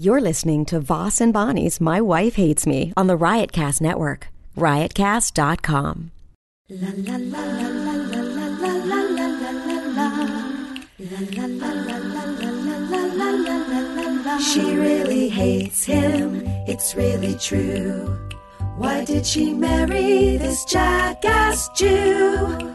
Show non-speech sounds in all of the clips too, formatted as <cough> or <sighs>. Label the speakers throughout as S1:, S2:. S1: You're listening to Voss and Bonnie's My Wife Hates Me on the Riotcast Network, riotcast.com.
S2: She really hates him, it's really true. Why did she marry this jackass Jew?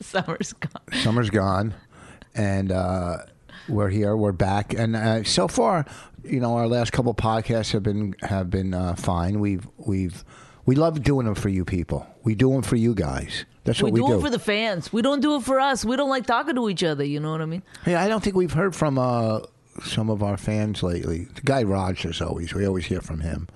S3: Summer's gone.
S4: Summer's gone, and uh, we're here. We're back, and uh, so far, you know, our last couple podcasts have been have been uh, fine. We've we've we love doing them for you people. We do them for you guys. That's what
S3: We,
S4: we,
S3: do, it for the fans. We don't do it for us. We don't like talking to each other. You know what I mean?
S4: Yeah, I don't think we've heard from uh, some of our fans lately. The guy Rogers always. We always hear from him.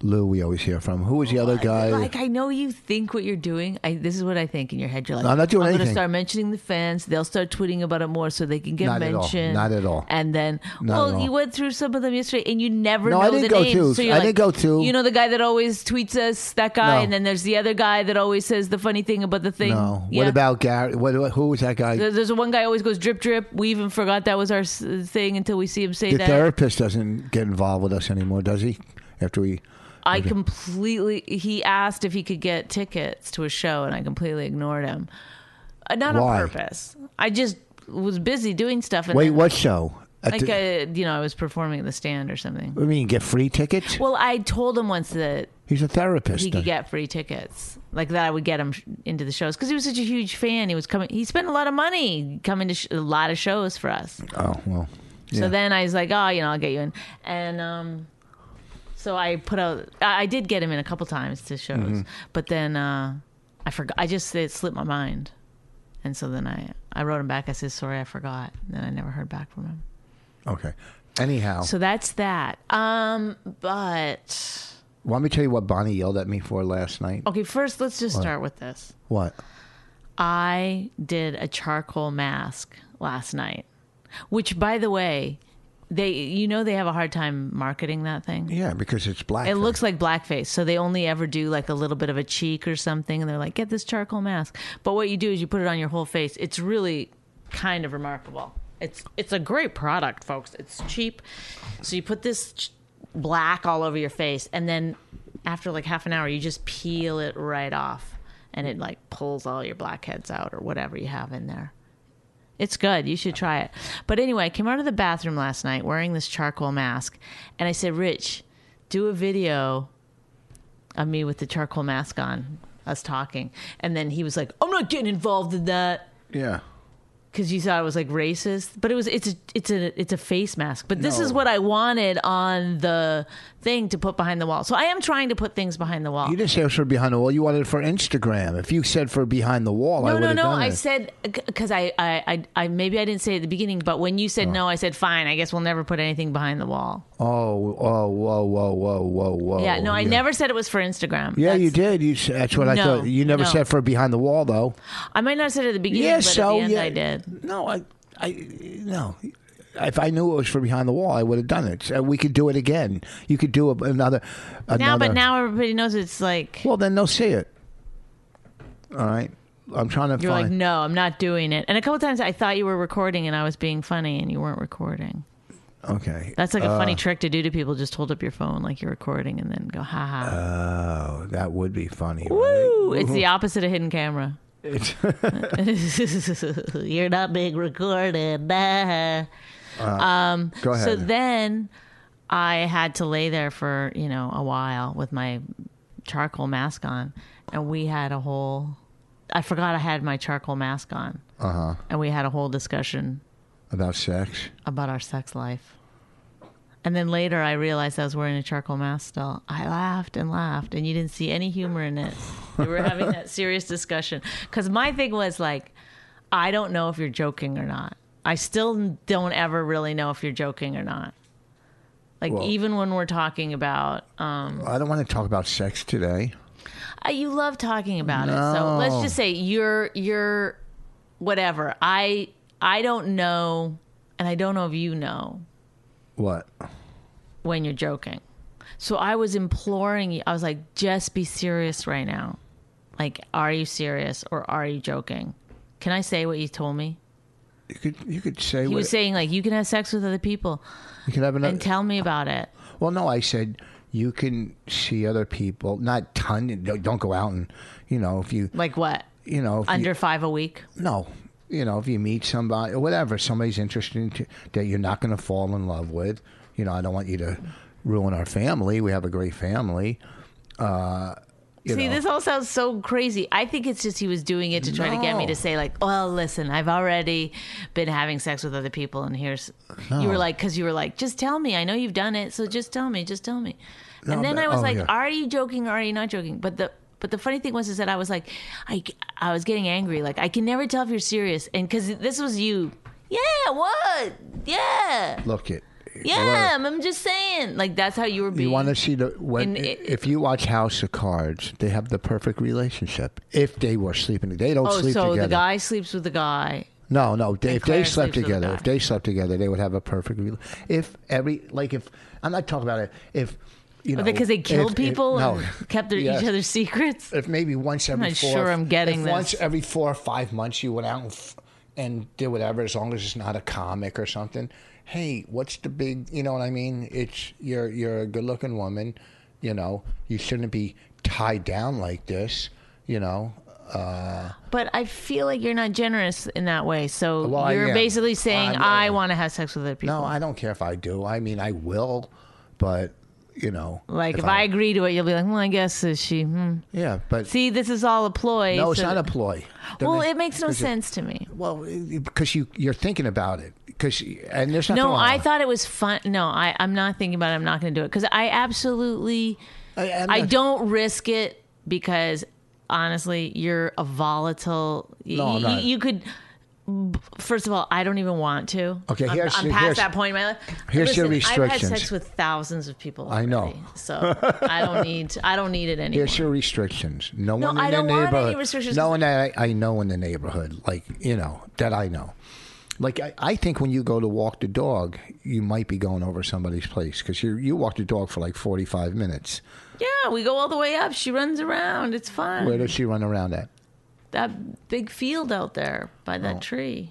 S4: Lou, we always hear from. Who was the other guy?
S3: Like Oh, I know you think what you're doing. I, this is what I think in your head. You're like,
S4: No, I'm not doing
S3: I'm
S4: anything.
S3: to start mentioning the fans. They'll start tweeting about it more, so they can get
S4: Not at all.
S3: mentioned.
S4: Not at all.
S3: And then,
S4: Not at
S3: well,
S4: all.
S3: you went through some of them yesterday, and you never
S4: No,
S3: know
S4: I didn't
S3: the
S4: go
S3: names.
S4: through.
S3: So you're
S4: I
S3: like,
S4: didn't go through.
S3: You know the guy that always tweets us, that guy,
S4: No.
S3: and then there's the other guy that always says the funny thing about the thing.
S4: no. What
S3: Yeah.
S4: about Gary? What, what- who was that guy?
S3: There- There's one guy always goes drip drip. We even forgot that was our s- thing until we see him say
S4: the
S3: that.
S4: therapist doesn't get involved with us anymore, does he? After we,
S3: I completely. He asked if he could get tickets to a show, and I completely ignored him. Uh, not
S4: Why?
S3: on purpose. I just was busy doing stuff. And
S4: wait,
S3: then,
S4: what show? At
S3: Like,
S4: the-
S3: I, you know, I was performing at the stand or something.
S4: what do you mean, get free tickets?
S3: Well, I told him once that
S4: He's a therapist. uh,
S3: he could get free tickets, like that I would get him sh- into the shows because he was such a huge fan. He was coming. He spent a lot of money coming to sh- a lot of shows for us.
S4: oh well.
S3: So
S4: yeah.
S3: then I was like, oh, you know, I'll get you in. And um, so I put out, I I did get him in a couple times to shows, but then uh, I forgot, I just, it slipped my mind. And so then I, I wrote him back. I said, sorry, I forgot. And then I never heard back from him.
S4: okay. Anyhow,
S3: So that's that. Um, but
S4: let me tell you what Bonnie yelled at me for last night.
S3: okay, first let's just start with this.
S4: What?
S3: I did a charcoal mask last night, which by the way, they, you know, they have a hard time marketing that thing.
S4: Yeah, because it's black.
S3: It looks like blackface. So they only ever do like a little bit of a cheek or something. And they're like, get this charcoal mask. But what you do is you put it on your whole face. It's really kind of remarkable. It's it's a great product, folks. It's cheap. So you put this ch- black all over your face. And then after like half an hour, you just peel it right off. And it like pulls all your blackheads out or whatever you have in there. It's good. You should try it. But anyway, I came out of the bathroom last night wearing this charcoal mask. And I said, Rich, do a video of me with the charcoal mask on, us talking. And then he was like, I'm not getting involved in that.
S4: Yeah.
S3: Because you thought it was like racist, but it was it's a it's a it's a face mask. But this is
S4: No.
S3: what I wanted on the thing to put behind the wall. So I am trying to put things behind the wall.
S4: You didn't say it was for behind the wall. You wanted it for Instagram. If you said for behind the wall, I
S3: No,
S4: would
S3: no,
S4: have
S3: no.
S4: done
S3: I
S4: it.
S3: said because I, I, I, I, maybe I didn't say it at the beginning, but when you said no, I said fine. I guess we'll never put anything behind the wall.
S4: oh, oh, whoa, whoa, whoa, whoa, whoa.
S3: yeah, no, I never said it was for Instagram.
S4: Oh, Yeah,
S3: That's-
S4: you did. You, s- that's what I
S3: No,
S4: thought. You never
S3: no.
S4: said for behind the wall, though.
S3: I might not have said it at the beginning,
S4: yeah,
S3: but
S4: so
S3: at the end
S4: yeah,
S3: I did.
S4: No, I, I, no. If I knew it was for behind the wall, I would have done it. So we could do it again. You could do a, another, another.
S3: Now, but now everybody knows it's like
S4: Well, then they'll see it. All right. I'm trying to
S3: you're
S4: find.
S3: like, no, I'm not doing it. And a couple times I thought you were recording, and I was being funny, and you weren't recording.
S4: Okay.
S3: That's like a
S4: Uh.
S3: funny trick to do to people. Just hold up your phone like you're recording and then go, ha ha.
S4: Oh, that would be funny.
S3: Woo!
S4: Right?
S3: It's the opposite of hidden camera. <laughs>
S4: It's-
S3: you're not being recorded. Nah.
S4: go ahead.
S3: So then I had to lay there for, you know, a while with my charcoal mask on. And we had a whole, I forgot I had my charcoal mask on. Uh huh. And we had a whole discussion
S4: About sex.
S3: about our sex life. And then later I realized I was wearing a charcoal mask still. I laughed and laughed, and you didn't see any humor in it. We were having
S4: <laughs>
S3: that serious discussion. Because my thing was like, I don't know if you're joking or not. I still don't ever really know if you're joking or not. Like,
S4: Well-
S3: even when we're talking about, um,
S4: I don't want to talk about sex today.
S3: uh, you love talking about it. So let's
S4: No.
S3: just say you're, you're, whatever. I, I don't know, and I don't know if you know,
S4: What?
S3: when you're joking. So I was imploring you. I was like, just be serious right now. Like, are you serious or are you joking? Can I say what you told me?
S4: You could you could say
S3: He
S4: what,
S3: was saying like you can have sex with other people
S4: you could have another.
S3: and tell me about it.
S4: well, no, I said you can see other people. Not ton. Don't don't go out and you know if you
S3: Like what?
S4: you know if you-
S3: Under five a week?
S4: No. You know, if you meet somebody, or whatever, somebody's interested in t- that you're not going to fall in love with. You know, I don't want you to ruin our family. We have a great family. Uh, you
S3: See,
S4: know.
S3: this all sounds so crazy. I think it's just he was doing it to try to get me
S4: No.
S3: to say like, "Well, listen, I've already been having sex with other people, and here's." You were like, because you were like, just tell me. I know you've done it, so just tell me. Just tell me.
S4: No,
S3: and then
S4: but-
S3: I was
S4: oh,
S3: like,
S4: yeah.
S3: "Are you joking? or Are you not joking?" But the but the funny thing was is that I was like, I I was getting angry. Like I can never tell if you're serious, and because this was you. Yeah. What? Yeah.
S4: look it.
S3: Yeah. I'm just saying. Like that's how you were being.
S4: You want to see the when
S3: And it-
S4: if you watch House of Cards, they have the perfect relationship. If they were sleeping, they don't
S3: oh,
S4: sleep
S3: so
S4: together.
S3: the guy sleeps with the guy.
S4: no, no. They, if they
S3: Claire
S4: slept
S3: sleeps with the
S4: together,
S3: guy.
S4: if they slept together, they would have a perfect. Re- if every like if I'm not talking about it. If you know
S3: because they
S4: if-
S3: killed
S4: if-
S3: people
S4: no.
S3: and <laughs> kept
S4: <laughs>
S3: their,
S4: Yes.
S3: each other's secrets.
S4: if maybe once every
S3: not
S4: four,
S3: sure I'm getting
S4: if
S3: this.
S4: once every four or five months you went out and, f- and did whatever, as long as it's not a comic or something. Hey, what's the big? You know what I mean? It's you're you're a good looking woman. You know you shouldn't be tied down like this. You know. Uh,
S3: But I feel like you're not generous in that way. So
S4: Well, I
S3: you're
S4: am.
S3: basically saying
S4: I'm- uh,
S3: i want to have sex with other people.
S4: no, I don't care if I do. I mean, I will, but you know,
S3: like if, I, agree to it, you'll be like, well, I guess is she. Hmm.
S4: yeah, but
S3: See, this is all a ploy.
S4: no, it's
S3: so-
S4: not a ploy.
S3: Well,
S4: Doesn't-
S3: it makes no
S4: does
S3: sense to me.
S4: Well, because you you're thinking about it because and there's nothing
S3: No,
S4: wrong.
S3: I thought it was fun. No, I, I'm not thinking about it. I'm not going to do it because I absolutely,
S4: I, I'm
S3: I
S4: not-
S3: don't risk it because honestly, you're a volatile.
S4: No, I'm
S3: you,
S4: not.
S3: you could. First of all, I don't even want to.
S4: Okay,
S3: I'm,
S4: here's-
S3: I'm past
S4: here's-
S3: that point in my life.
S4: here's your
S3: I've had
S4: restrictions.
S3: sex with thousands of people.
S4: I know.
S3: already, so I don't need. I don't need it anymore.
S4: Here's your restrictions. No, one in
S3: I don't
S4: the
S3: want any
S4: neighborhood.
S3: restrictions.
S4: No one that I, I know in the neighborhood, like you know that I know. Like I, I think when you go to walk the dog, you might be going over somebody's place because you you walk the dog for like forty five minutes.
S3: Yeah, we go all the way up. She runs around. It's fun.
S4: Where does she run around at?
S3: that big field out there by that tree.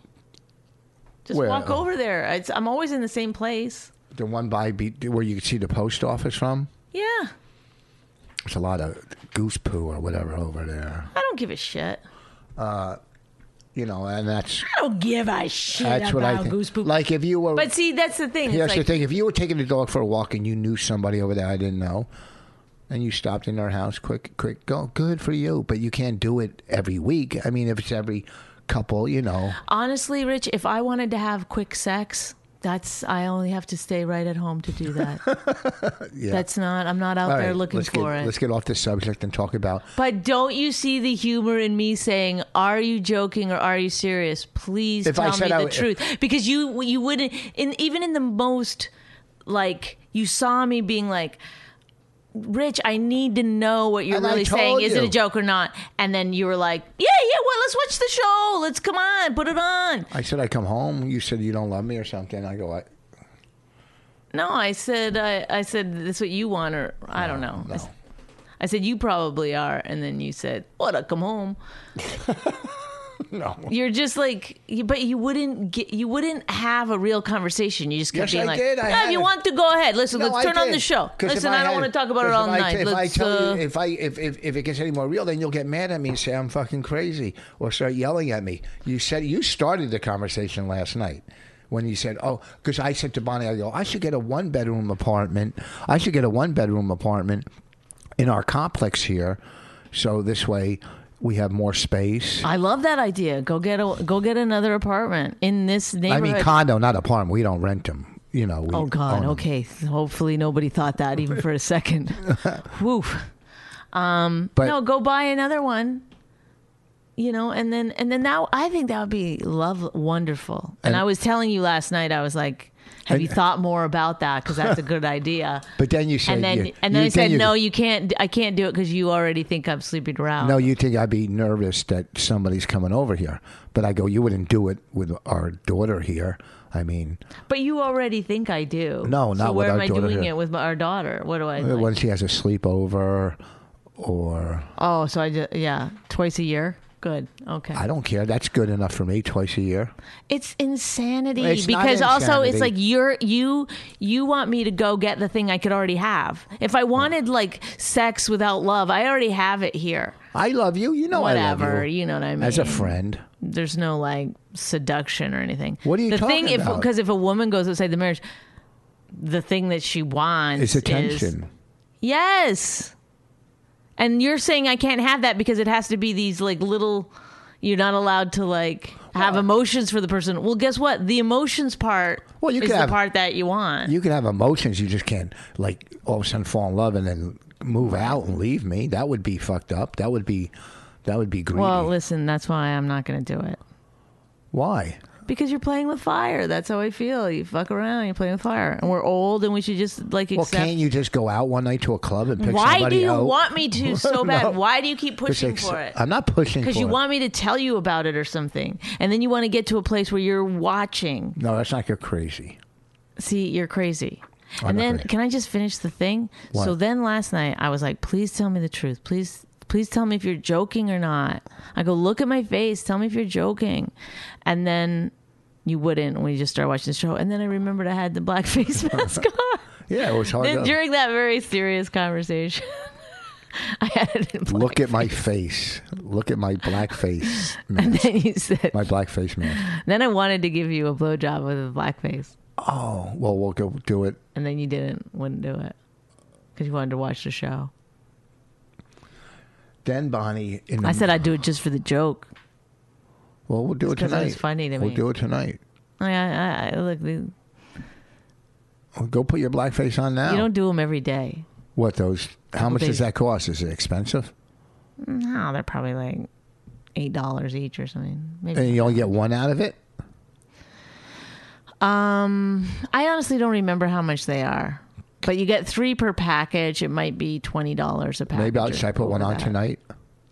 S3: Just
S4: Oh. Where? Oh.
S3: walk over there. It's, I'm always in the same place.
S4: The one by be, where you can see the post office from.
S3: Yeah, I
S4: There's a lot of goose poo or whatever over there.
S3: don't give a shit.
S4: You know, and that's
S3: I don't give a shit
S4: that's
S3: about
S4: what I think.
S3: goose poop.
S4: Like if you were,
S3: but see, that's the thing. It's
S4: Here's the
S3: like-
S4: thing: if you were taking the dog for a walk and you knew somebody over there I didn't know, and you stopped in their house, quick, quick, go, good for you. But you can't do it every week. I mean, if it's every couple, you know,
S3: honestly, Rich, if I wanted to have quick sex, that's I only have to stay right at home to do that.
S4: <laughs>
S3: That's not. I'm not out
S4: All
S3: there
S4: right,
S3: looking
S4: let's
S3: for
S4: get,
S3: it.
S4: Let's get off this subject and talk about.
S3: But don't you see the humor in me saying, "Are you joking or are you serious?" Please
S4: If
S3: tell
S4: I
S3: me
S4: said
S3: the
S4: I w-
S3: truth, because you you wouldn't. In even in the most like you saw me being like. Rich, I need to know what you're
S4: And I
S3: really
S4: told
S3: saying. Is it a
S4: you.
S3: joke or not? And then you were like, "Yeah, yeah, well, let's watch the show. Let's come on, put it on."
S4: I said I come home. You said you don't love me or something. I go, I,
S3: No, I said, I, I said, "That's what you want," or I don't know. I, s-
S4: no.
S3: I said, "You probably are," and then you said, "What? I come home."
S4: no.
S3: You're just like, you- but you wouldn't get, you wouldn't have a real conversation. You just kept
S4: Yes,
S3: being
S4: I
S3: like,
S4: did. I
S3: "Yeah, if
S4: had
S3: you
S4: it."
S3: want to go ahead, listen,
S4: No,
S3: let's
S4: I
S3: turn on
S4: did.
S3: the show.
S4: 'Cause if
S3: Listen, I, don't
S4: had-
S3: want to talk about it
S4: 'cause if
S3: all
S4: I-
S3: night.
S4: If I
S3: let's,
S4: tell
S3: uh,
S4: you, if I if, if if it gets any more real, then you'll get mad at me and say I'm fucking crazy or start yelling at me. You said you started the conversation last night. When you said, "Oh," because I said to Bonnie, "I go, I should get a one-bedroom apartment. I should get a one-bedroom apartment in our complex here, so this way we have more space.
S3: I love that idea. Go get a go get another apartment in this
S4: I
S3: neighborhood.
S4: mean, condo, not apartment. We don't rent them. You know. We
S3: oh God.
S4: own 'em.
S3: Okay. Hopefully nobody thought that even for
S4: <laughs>
S3: a second. Woo.
S4: But
S3: No, go buy another one. You know, and then and then that I think that would be love wonderful. And,
S4: And-
S3: I was telling you last night, I was like, "Have you
S4: And-
S3: thought more about that? Because that's a good <laughs> idea."
S4: But then you said
S3: and then
S4: you-
S3: and then
S4: you-
S3: I said,
S4: you-
S3: "No, you can't. I can't do it because you already think I'm sleeping around."
S4: No, you think I'd be nervous that somebody's coming over here. But I go, you wouldn't do it with our daughter here. I mean,
S3: but you already think I do.
S4: No,
S3: So
S4: not with
S3: where
S4: our
S3: am I
S4: daughter
S3: doing
S4: here.
S3: it with my, our daughter? What do I? like-
S4: when she has a sleepover or
S3: Oh, so I just yeah, twice a year. Good. Okay.
S4: I don't care. That's good enough for me twice a year.
S3: It's insanity
S4: It's not
S3: because also it's
S4: insanity.
S3: like you're you you want me to go get the thing I could already have. If I wanted like sex without love, I already have it here.
S4: I love you. You know I
S3: Whatever,
S4: love you.
S3: you know what I mean.
S4: As a friend.
S3: there's no like seduction or anything.
S4: What are you
S3: the
S4: talking
S3: thing if
S4: about?
S3: because if a woman goes outside the marriage, the thing that she wants
S4: It's
S3: is-
S4: attention.
S3: yes. And you're saying I can't have that because it has to be these like little you're not allowed to like have emotions for the person. Well, guess what? The emotions part
S4: Well, you
S3: is
S4: could
S3: the
S4: have-
S3: part that you want.
S4: you can have emotions. You just can't, like, all of a sudden fall in love and then move out and leave me. That would be fucked up. That would be, that would be greedy.
S3: well, listen, that's why I'm not going to do it.
S4: Why?
S3: Because you're playing with fire. That's how I feel. You fuck around, you're playing with fire. And we're old and we should just like
S4: Well,
S3: accept
S4: can't you just go out one night to a club and pick
S3: Why do
S4: somebody
S3: you
S4: out?
S3: want me to so
S4: <laughs>
S3: bad?
S4: No.
S3: Why do you keep pushing
S4: Just ex-
S3: for it?
S4: I'm not pushing for
S3: Because you
S4: it.
S3: want me to tell you about it or something. And then you want to get to a place where you're watching.
S4: No, that's not. You're crazy.
S3: See, you're crazy.
S4: I'm Oh,
S3: and
S4: not
S3: then,
S4: crazy.
S3: can I just finish the thing?
S4: What?
S3: So then last night, I was like, please tell me the truth. Please, please tell me if you're joking or not. I go, look at my face. Tell me if you're joking. And then you wouldn't. and We just started watching the show. And then I remembered I had
S4: <laughs>
S3: the black face mask
S4: Oh,
S3: on.
S4: Yeah, it was hard.
S3: then
S4: to-
S3: during that very serious conversation, <laughs> I had it in black.
S4: Look at my face. Look at my black face.
S3: <laughs> And
S4: mask.
S3: <laughs> then you said,
S4: my black face mask.
S3: then I wanted to give you a blowjob with a blackface,
S4: Oh, well, we'll go do it.
S3: and then you didn't, wouldn't do it because you wanted to watch the show.
S4: Then Bonnie. In the,
S3: I said I'd do it just for the joke.
S4: Well, we'll do it
S3: 'cause it
S4: tonight.
S3: was funny to
S4: we'll
S3: me.
S4: do it tonight.
S3: I, I, I look, you
S4: Well, go put your black face on now.
S3: don't do them every day.
S4: what those? How much
S3: days.
S4: does that cost? Is it expensive?
S3: No, they're probably like eight dollars each or something. Maybe.
S4: And you only get one out of it.
S3: Um, I honestly don't remember how much they are, but you get three per package. It might be twenty dollars a package.
S4: Maybe I'll,
S3: or
S4: should I put one
S3: over
S4: on
S3: that.
S4: tonight?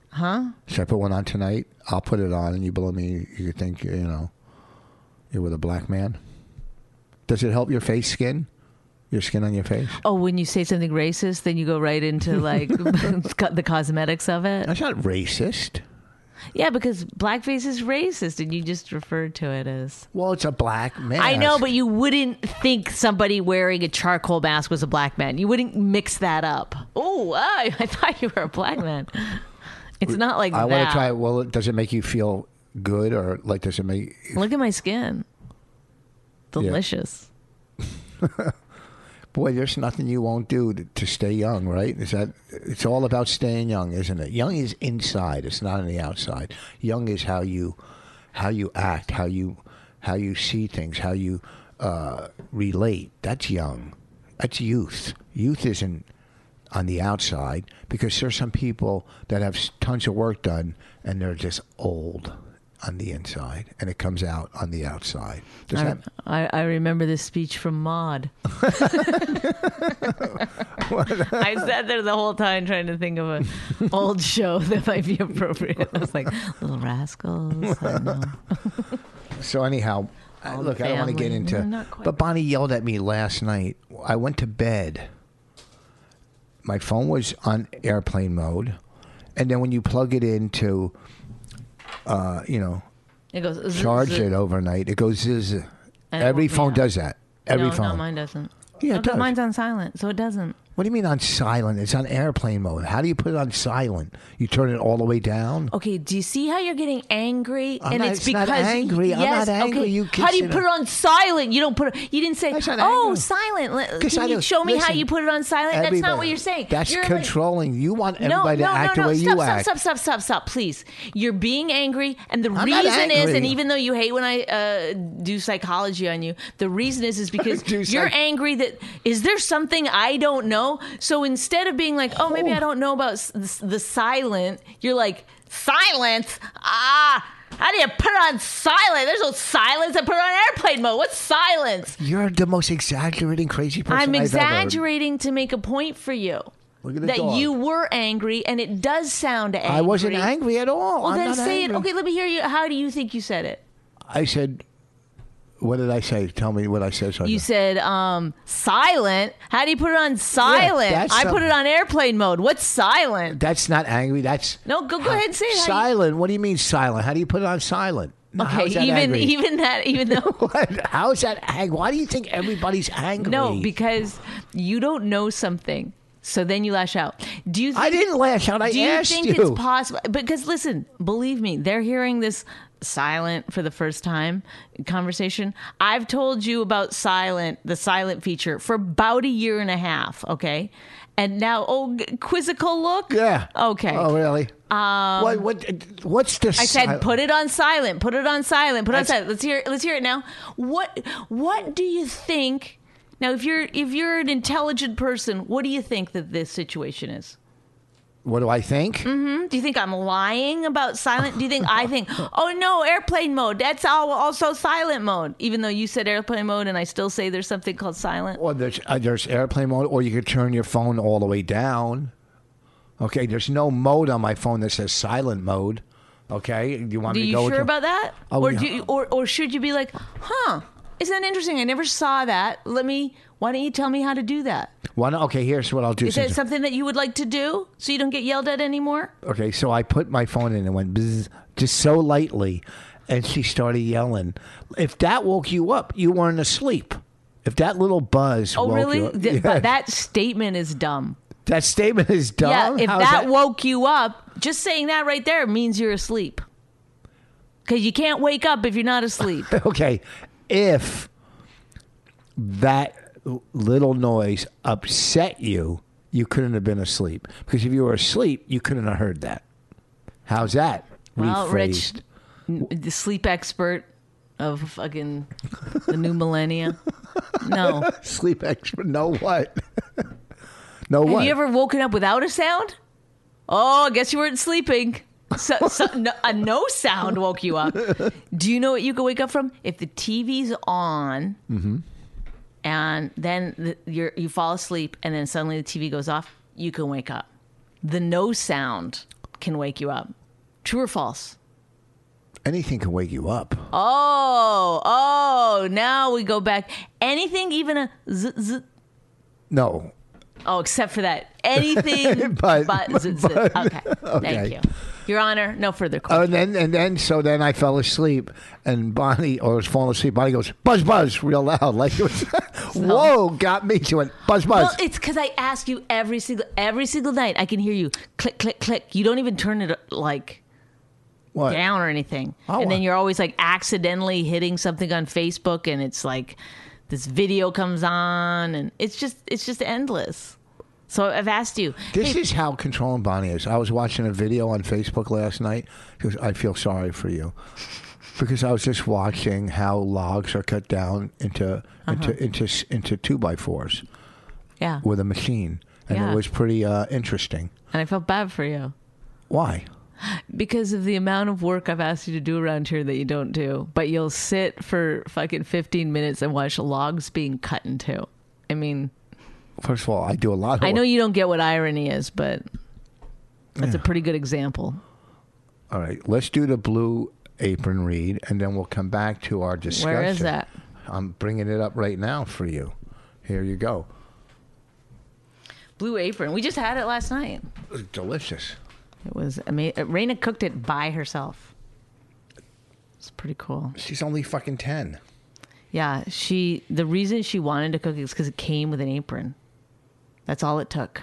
S3: Huh?
S4: Should I put one on tonight? I'll put it on, and you blow me. You could think you know you're with a black man. Does it help your face skin? Your skin on your face?
S3: Oh, when you say something racist, then you go right
S4: <laughs>
S3: into like <laughs> the cosmetics of it.
S4: That's not racist.
S3: Yeah, because blackface is racist, and you just referred to it as.
S4: Well, it's a black man.
S3: I know, but you wouldn't think somebody wearing a charcoal mask was a black man. You wouldn't mix that up. Oh, I, <laughs> I thought you were a black man. It's not like
S4: I
S3: that.
S4: want to try. Well, does it make you feel good, or like does it make?
S3: Look at my skin. Delicious.
S4: Boy, there's nothing you won't do to, to stay young, right? Is that? It's all about staying young, isn't it? Young is inside. It's not on the outside. Young is how you, how you act, how you, how you see things, how you uh, relate. That's young. That's youth. Youth isn't on the outside because there's some people that have s- tons of work done and they're just old on the inside and it comes out on the outside. Does that?
S3: I, I remember this speech
S4: <laughs>
S3: from Maud. I sat there the whole time trying to think of an old show <laughs> that might be appropriate. I was like, Little Rascals. I know.
S4: So anyhow, I-
S3: All the
S4: look, I don't want to get
S3: family.
S4: into.
S3: No, not quite.
S4: But Bonnie yelled at me last night. I went to bed. My phone was on airplane mode, and then when you plug it into uh, you know,
S3: It goes zzz,
S4: charge
S3: zzz.
S4: it overnight. It goes zzz.
S3: And it
S4: Every
S3: woke me
S4: phone
S3: up.
S4: does that. Every
S3: no,
S4: phone.
S3: No, mine doesn't.
S4: Yeah, it
S3: No, but
S4: does.
S3: mine's on silent, so it doesn't.
S4: What do you mean on silent? It's on airplane mode. How do you put it on silent? You turn it all the way down?
S3: Okay, do you see how you're getting angry?
S4: I'm
S3: and
S4: not-
S3: it's
S4: it's not
S3: because
S4: angry. I'm
S3: Yes,
S4: not angry.
S3: Okay.
S4: You
S3: how do you
S4: consider-
S3: put it on silent? You don't put. It, you didn't say.
S4: That's not
S3: oh,
S4: angry.
S3: silent. Let-
S4: 'Cause I
S3: Can you
S4: don't-
S3: show me how
S4: listen,
S3: you put it on silent? That's not
S4: Everybody-
S3: what you're saying.
S4: That's
S3: You're like-
S4: controlling. you want
S3: No,
S4: everybody
S3: no,
S4: to act
S3: no, no.
S4: the way
S3: stop,
S4: you
S3: stop,
S4: act.
S3: Stop, stop, stop, stop, please. You're being angry, and the
S4: I'm not
S3: reason is, and
S4: angry.
S3: even though you hate when I uh, do psychology on you, the reason is
S4: <laughs>
S3: is because
S4: Do
S3: you're
S4: psych-
S3: angry that is there something I don't know? So instead of being like, oh, maybe
S4: Oh.
S3: I don't know about s- s- the silent, you're like, silence? Ah. How do you put it on silent? There's no silence. I put it on airplane mode. What's silence?
S4: You're the most exaggerating crazy person
S3: I'm
S4: I've ever-
S3: exaggerating to make a point for you.
S4: Look at the
S3: that
S4: dog.
S3: you were angry, and it does sound angry.
S4: I wasn't angry at all.
S3: Well,
S4: I'm
S3: then
S4: not
S3: say
S4: angry.
S3: it. Okay, let me hear you. How do you think you said it?
S4: I said, what did I say? Tell me what I said. So I
S3: You
S4: know.
S3: said um, silent. How do you put it on silent?
S4: that's
S3: I put
S4: some-
S3: it on airplane mode. What's silent?
S4: that's not angry. That's
S3: No, go go ahead and say it. how you-
S4: silent. what do you mean silent? How do you put it on silent? No, how
S3: Okay,
S4: is that
S3: even
S4: angry?
S3: even that, even though
S4: What? <laughs> How is that angry? Why do you think everybody's angry?
S3: no, because you don't know something, so then you lash out. Do you? Think,
S4: I didn't lash out. I
S3: do you
S4: asked
S3: think
S4: you.
S3: it's possible? Because listen, believe me, they're hearing this silent for the first time conversation. I've told you about silent, the silent feature for about a year and a half, okay? And now, oh, g- quizzical look.
S4: yeah.
S3: Okay.
S4: Oh, really? Um, what, what, what's the?
S3: I said, put it on silent. Put it on silent. Put it on silent. Let's hear. Let's hear it now. What What do you think? Now, if you're if you're an intelligent person, what do you think that this situation is?
S4: What do I think?
S3: Do you think I'm lying about silent? Do you think I
S4: <laughs>
S3: think, oh no, airplane mode? That's all also silent mode. Even though you said airplane mode, and I still say there's something called silent.
S4: Or there's, uh, there's airplane mode, or you could turn your phone all the way down. Okay, there's no mode on my phone that says silent mode. Okay, do you want
S3: Are
S4: me to
S3: you
S4: go? with
S3: sure
S4: the-
S3: about that?
S4: Oh,
S3: or
S4: yeah.
S3: do you, or or should you be like, huh? Isn't that interesting? I never saw that. Let me. Why don't you tell me how to do that?
S4: Why not? Okay, here's what I'll do.
S3: Is that
S4: since-
S3: something that you would like to do so you don't get yelled at anymore?
S4: okay, so I put my phone in and went bzz, just so lightly, and she started yelling. If that woke you up, you weren't asleep. If that little buzz
S3: Oh,
S4: woke
S3: really?
S4: you up, <laughs>
S3: Th-
S4: Yeah.
S3: but that statement is dumb.
S4: that statement is dumb.
S3: Yeah, if
S4: How's
S3: that, woke you up, just saying that right there means you're asleep. Because you can't wake up if you're
S4: <laughs>
S3: not asleep.
S4: okay, if that little noise upset you, you couldn't have been asleep. Because if you were asleep, you couldn't have heard that. How's that?
S3: Well, Rich,
S4: rephrased?
S3: n- the sleep expert of fucking the new millennia.
S4: <laughs>
S3: No.
S4: Sleep expert. No what? <laughs> no
S3: Have
S4: what?
S3: you ever woken up without a sound? Oh, I guess you weren't sleeping. So, so, <laughs> no, a no sound woke you up. Do you know what you could wake up from? If the TV's on, and then the, you're, you fall asleep, and then suddenly the TV goes off, you can wake up. The no sound can wake you up. True or false?
S4: Anything can wake you up.
S3: Oh, oh, now we go back. Anything, even a z- z-
S4: No.
S3: Oh, except for that.
S4: <laughs>
S3: Anything
S4: But-
S3: but, z- z- okay.
S4: <laughs> okay.
S3: Thank you. Your Honor, no further
S4: Oh,
S3: questions.
S4: and then and then so then I fell asleep and Bonnie or was falling asleep. Bonnie goes buzz buzz real loud like it was. <laughs> Whoa, got me. She went buzz buzz.
S3: well, it's because I ask you every single every single night. I can hear you click, click, click. You don't even turn it like
S4: What?
S3: down or anything,
S4: Oh,
S3: and then
S4: I-
S3: you're always like accidentally hitting something on Facebook, and it's like this video comes on, and it's just it's just endless. So I've asked you.
S4: This
S3: hey,
S4: is how controlling Bonnie is. I was watching a video on Facebook last night because I feel sorry for you. <laughs> Because I was just watching how logs are cut down into
S3: Uh-huh.
S4: into into into two by fours
S3: yeah,
S4: with a machine, and
S3: Yeah.
S4: it was pretty uh, interesting.
S3: and I felt bad for you.
S4: Why?
S3: Because of the amount of work I've asked you to do around here that you don't do, but you'll sit for fucking 15 minutes and watch logs being cut in two. I mean,
S4: First of all, I do a lot. Of
S3: I know
S4: work.
S3: you don't get what irony is, but that's a pretty good example.
S4: All right, let's do the blue apron read, and then we'll come back to our discussion.
S3: Where is that?
S4: I'm bringing it up right now for you. Here you go.
S3: Blue Apron. We just had it last night.
S4: Delicious.
S3: It was amazing. Raina cooked it by herself. It's pretty cool.
S4: She's only fucking 10.
S3: Yeah, she. The reason she wanted to cook is because it came with an apron. That's all it took.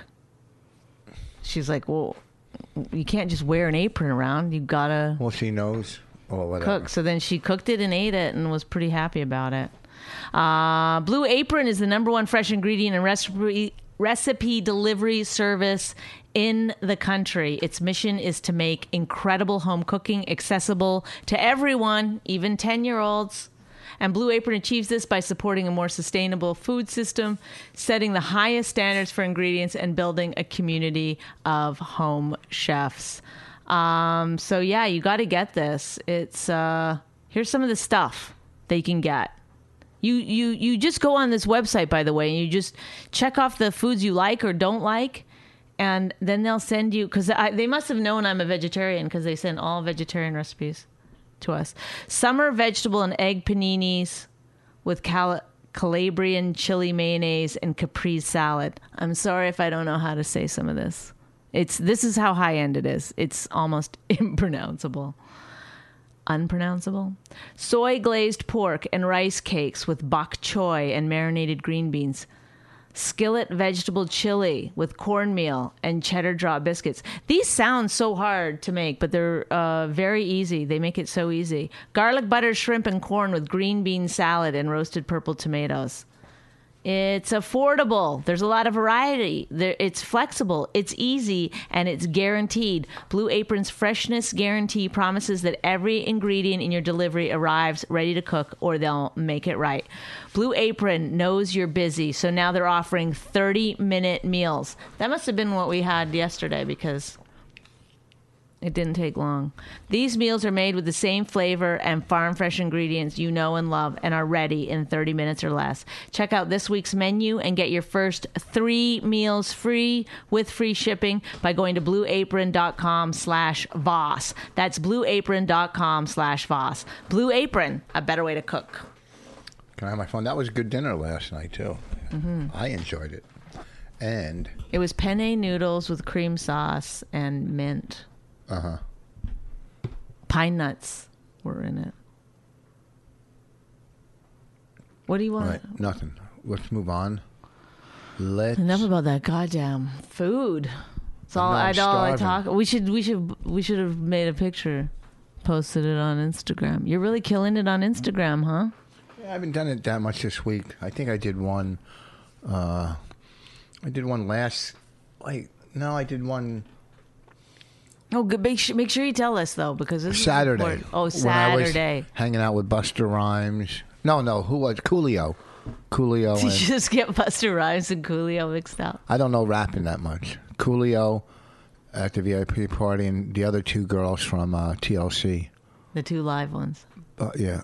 S3: She's like, well, you can't just wear an apron around. You gotta
S4: Well, she knows. Or whatever.
S3: cook. So then she cooked it and ate it and was pretty happy about it. Uh, Blue Apron is the number one fresh ingredient and recipe recipe delivery service in the country. Its mission is to make incredible home cooking accessible to everyone, even 10-year-olds. And Blue Apron achieves this by supporting a more sustainable food system, setting the highest standards for ingredients, and building a community of home chefs. Um, so yeah, you got to get this. It's uh, here's some of the stuff that you can get. You you you just go on this website, by the way, and you just check off the foods you like or don't like, and then they'll send you because they must have known I'm a vegetarian because they send all vegetarian recipes to us. Summer vegetable and egg paninis with Cala- Calabrian chili mayonnaise and caprese salad. I'm sorry if I don't know how to say some of this. It's this is how high end it is. It's almost <laughs> impronounceable. Unpronounceable. Soy glazed pork and rice cakes with bok choy and marinated green beans. Skillet vegetable chili with cornmeal and cheddar draw biscuits. These sound so hard to make, but they're uh, very easy. They make it so easy. Garlic butter shrimp and corn with green bean salad and roasted purple tomatoes. It's affordable. There's a lot of variety. There, it's flexible. It's easy and it's guaranteed. Blue Apron's freshness guarantee promises that every ingredient in your delivery arrives ready to cook or they'll make it right. Blue Apron knows you're busy, so now they're offering 30 minute meals. That must have been what we had yesterday because it didn't take long. These meals are made with the same flavor and farm fresh ingredients you know and love and are ready in 30 minutes or less. Check out this week's menu and get your first 3 meals free with free shipping by going to blueapron.com/voss. That's blueapron.com/voss. Blue Apron, a better way to cook.
S4: Can I have my phone? That was a good dinner last night, too.
S3: Mm-hmm.
S4: I enjoyed it. And
S3: It was penne noodles with cream sauce and mint.
S4: Uh-huh.
S3: Uh huh. Pine nuts were in it. What do you want?
S4: all right, nothing. Let's move on. Let's.
S3: Enough about that goddamn food. It's all
S4: know, I'm
S3: I all I
S4: starving.
S3: talk. We should we should we should have made a picture, posted it on Instagram. You're really killing it on Instagram, huh?
S4: I haven't done it that much this week. I think I did one. Uh, I did one last. Like no, I did one
S3: Oh, good. Make sure, make sure you tell us though, because this Is
S4: Saturday.
S3: important. oh,
S4: when I was
S3: Saturday. <laughs>
S4: hanging out with Buster Rhymes. No, no, who was Coolio? Coolio.
S3: <laughs> Did
S4: and-
S3: you just get Buster Rhymes and Coolio mixed up?
S4: I don't know rapping that much. Coolio at the VIP party, and the other two girls from uh, TLC.
S3: The two live ones.
S4: Uh, yeah.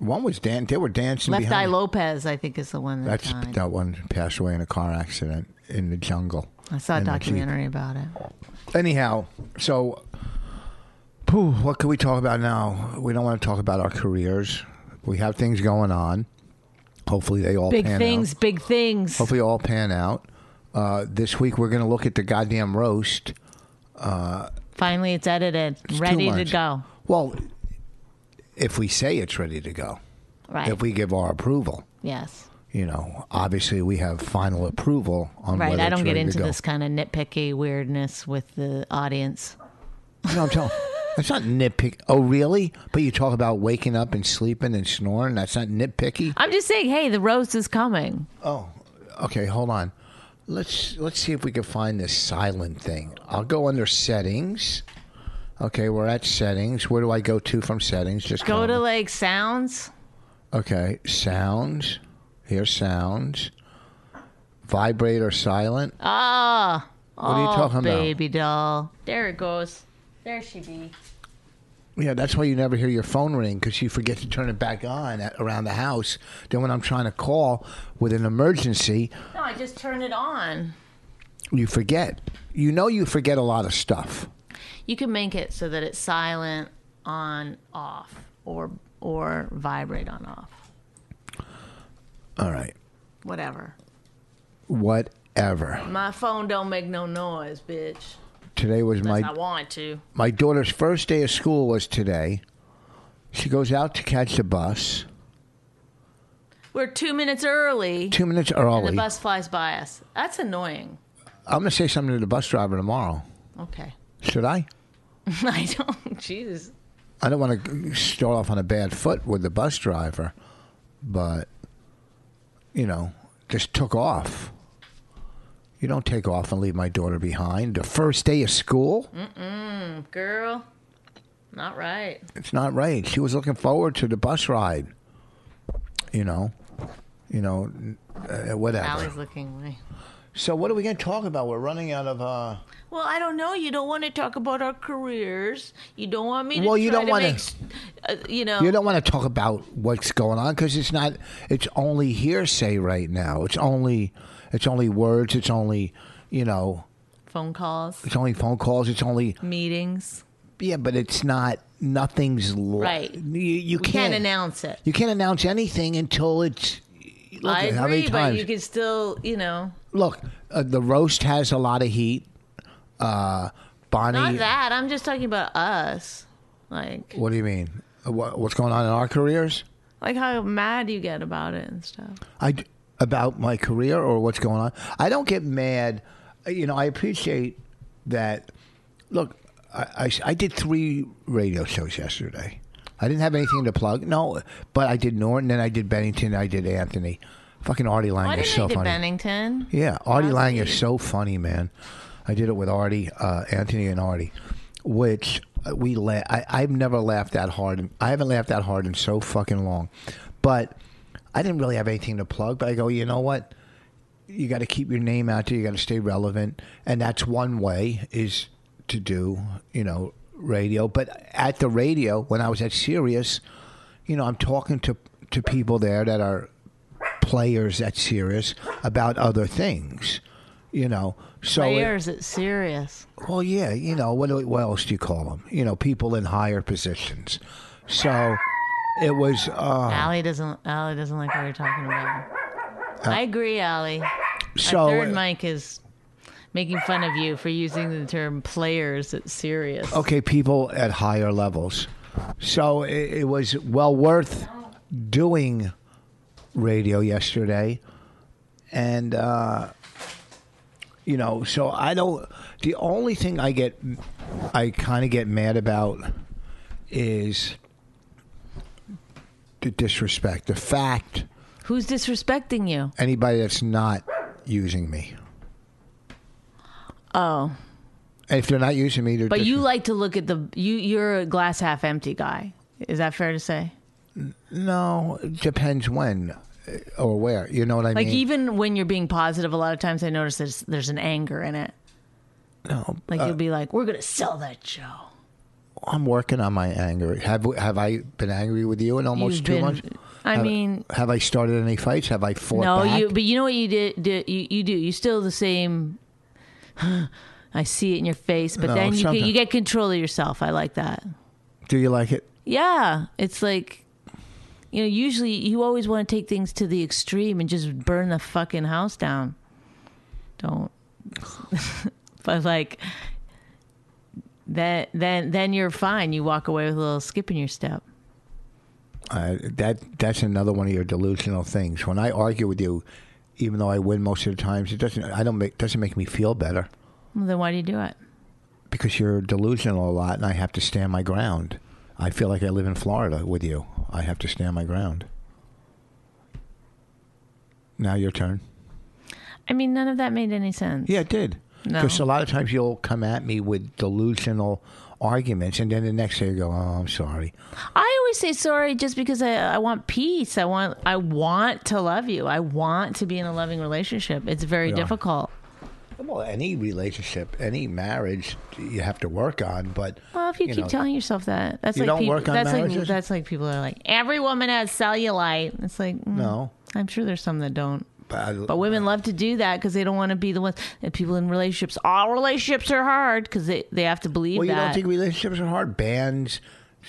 S4: One was dan. They were dancing.
S3: Left Eye
S4: behind.
S3: Lopez, I think, is the one that
S4: That's
S3: died.
S4: that one passed away in a car accident in the jungle.
S3: I saw a
S4: in the Jeep.
S3: documentary about it.
S4: Anyhow, so, phew, what can we talk about now? We don't want to talk about our careers. We have things going on. Hopefully, they all
S3: Big
S4: pan
S3: things,
S4: Out.
S3: big things.
S4: Hopefully, all pan out. Uh, this week, we're going to look at the goddamn roast.
S3: Finally, it's edited,
S4: It's too
S3: ready to
S4: much.
S3: go.
S4: Well, if we say it's ready to go,
S3: Right.
S4: if we give our approval,
S3: yes.
S4: you know, obviously we have final approval on
S3: Right.
S4: whether
S3: I
S4: it's
S3: don't get
S4: ready to
S3: into
S4: go.
S3: this kind of nitpicky weirdness with the audience.
S4: <laughs> No, I'm
S3: <laughs>
S4: telling. That's not nitpick. Oh, really? But you talk about waking up and sleeping and snoring. That's not nitpicky.
S3: I'm just saying, hey, the roast is coming.
S4: Oh, okay. Hold on. Let's let's see if we can find this silent thing. I'll go under settings. Okay, we're at settings. Where do I go to from settings? Just
S3: Go
S4: tell
S3: to
S4: me.
S3: like sounds.
S4: Okay, sounds. Here's sounds. Vibrate or silent.
S3: Ah,
S4: what are you talking
S3: baby doll. There it goes. There she be.
S4: about? Yeah, that's why you never hear your phone ring because you forget to turn it back on at, around the house. Then when I'm trying to call with an emergency,
S3: No, I just turn it on.
S4: you forget. You know you forget a lot of stuff.
S3: You can make it so that it's silent on off or or vibrate on off.
S4: All right.
S3: Whatever.
S4: Whatever.
S3: My phone don't make no noise, bitch.
S4: Today was
S3: Unless
S4: my
S3: I want to.
S4: my daughter's first day of school was today. She goes out to catch the bus.
S3: We're two minutes early.
S4: Two minutes
S3: and the
S4: early.
S3: bus flies by us. That's annoying.
S4: I'm going to say something to the bus driver tomorrow.
S3: Okay. <laughs>
S4: Should I?
S3: I don't. Jesus.
S4: I don't want to start off on a bad foot with the bus driver, but you know, just took off. You don't take off and leave my daughter behind. The first day of school,
S3: Girl. Not right.
S4: it's not right. She was looking forward to the bus ride. You know, you know, uh, whatever.
S3: Allie's looking away.
S4: So, what are we going to talk about? We're running out of. uh
S3: Well, I don't know. You don't want to talk about our careers. You don't want me to.
S4: Well, you
S3: try
S4: don't
S3: to
S4: wanna-
S3: make s- Uh, you know.
S4: You don't want to talk about what's going on because it's not. It's only hearsay right now. It's only. It's only words. It's only. You know.
S3: phone calls,
S4: It's only phone calls. It's only
S3: meetings.
S4: yeah, but it's not. Nothing's li-
S3: Right.
S4: You, you
S3: We can't announce it.
S4: You can't announce anything until it's. Look,
S3: I
S4: how many
S3: agree, but
S4: times?
S3: you can still, you know,
S4: Look, uh, the roast has a lot of heat. Uh, Bonnie,
S3: not that. I'm just talking about us. Like,
S4: what do you mean? Uh, wha- What's going on in our careers?
S3: like how mad you get about it and stuff.
S4: I d- about my career or what's going on. I don't get mad. Uh, You know, I appreciate that. Look, I, I, I did three radio shows yesterday. I didn't have anything to plug. No, but I did Norton, then I did Bennington, I did Anthony. Fucking Artie Lang
S3: Why
S4: is
S3: didn't
S4: so
S3: I do
S4: funny.
S3: Bennington?
S4: Yeah, Artie Lang is so funny, man. I did it with Artie, uh, Anthony, and Artie, which uh, we la- I, I've never laughed that hard. In, I haven't laughed that hard in so fucking long. But I didn't really have anything to plug. But I go, you know what? You got to keep your name out there. You got to stay relevant, and that's one way is to do you know radio. But at the radio, when I was at Sirius, you know, I'm talking to to people there that are players at Sirius about other things. You know, so it-
S3: Players at Sirius.
S4: well, yeah, you know, what, do- what else do you call them? You know, people in higher positions. So it was. Uh,
S3: Allie doesn't. Allie doesn't like what you're talking about. I agree, Allie.
S4: Uh, so uh,
S3: Third Mike is making fun of you for using the term players at Sirius.
S4: okay, people at higher levels. So it, it was well worth doing radio yesterday, and uh, you know, so I don't. The only thing I get, I kind of get mad about, is the disrespect. The fact
S3: Who's disrespecting you?
S4: anybody that's not using me.
S3: Oh,
S4: If they're not using me, they're
S3: but
S4: dis-
S3: you like to look at the you. You're a glass half empty guy. Is that fair to say?
S4: no. It depends when uh, or where. You know what I
S3: Like
S4: mean?
S3: even when you're being positive, a lot of times I notice there's there's an anger in it. No, like
S4: uh,
S3: you'll be like, "We're gonna sell that show."
S4: I'm working on my anger. Have have I been angry with you in almost
S3: You've
S4: two
S3: been-
S4: months?
S3: I
S4: have,
S3: mean-
S4: have I started any fights? Have I fought
S3: No,
S4: back?
S3: you. But you know what you did. did you, you do. You still the same. <sighs> I see it in your face, but
S4: No,
S3: then you get,
S4: sometimes-
S3: you get control of yourself. I like that.
S4: Do you like it?
S3: Yeah, it's like you know. Usually, you always want to take things to the extreme and just burn the fucking house down. Don't. <laughs> but like that, then then you're fine. You walk away with a little skip in your step.
S4: Uh, that that's another one of your delusional things. When I argue with you, even though I win most of the times, it doesn't. I don't make doesn't make me feel better
S3: Well, then why do you do it?
S4: because you're delusional a lot, and I have to stand my ground. I feel like I live in Florida with you. I have to stand my ground. Now your turn.
S3: I mean, none of that made any sense.
S4: Yeah, it did.
S3: No.
S4: Because a lot of times you'll come at me with delusional arguments, and then the next day you go, "Oh, I'm sorry."
S3: I always say sorry just because I, I want peace. I want I want to love you. I want to be in a loving relationship. It's very
S4: Yeah.
S3: difficult.
S4: Well, any relationship, any marriage, you have to work on. But
S3: Well, if you, keep
S4: know,
S3: telling yourself that, that's
S4: you
S3: like
S4: don't
S3: people,
S4: work on
S3: that's like
S4: marriages?
S3: that's like people are like every woman has cellulite. It's like mm,
S4: no,
S3: I'm sure there's some that don't.
S4: but, I-
S3: But women love to do that because they don't want to be the ones. And people in relationships, all relationships are hard because they, they have to believe
S4: Well, you
S3: that.
S4: don't think relationships are hard? Bands,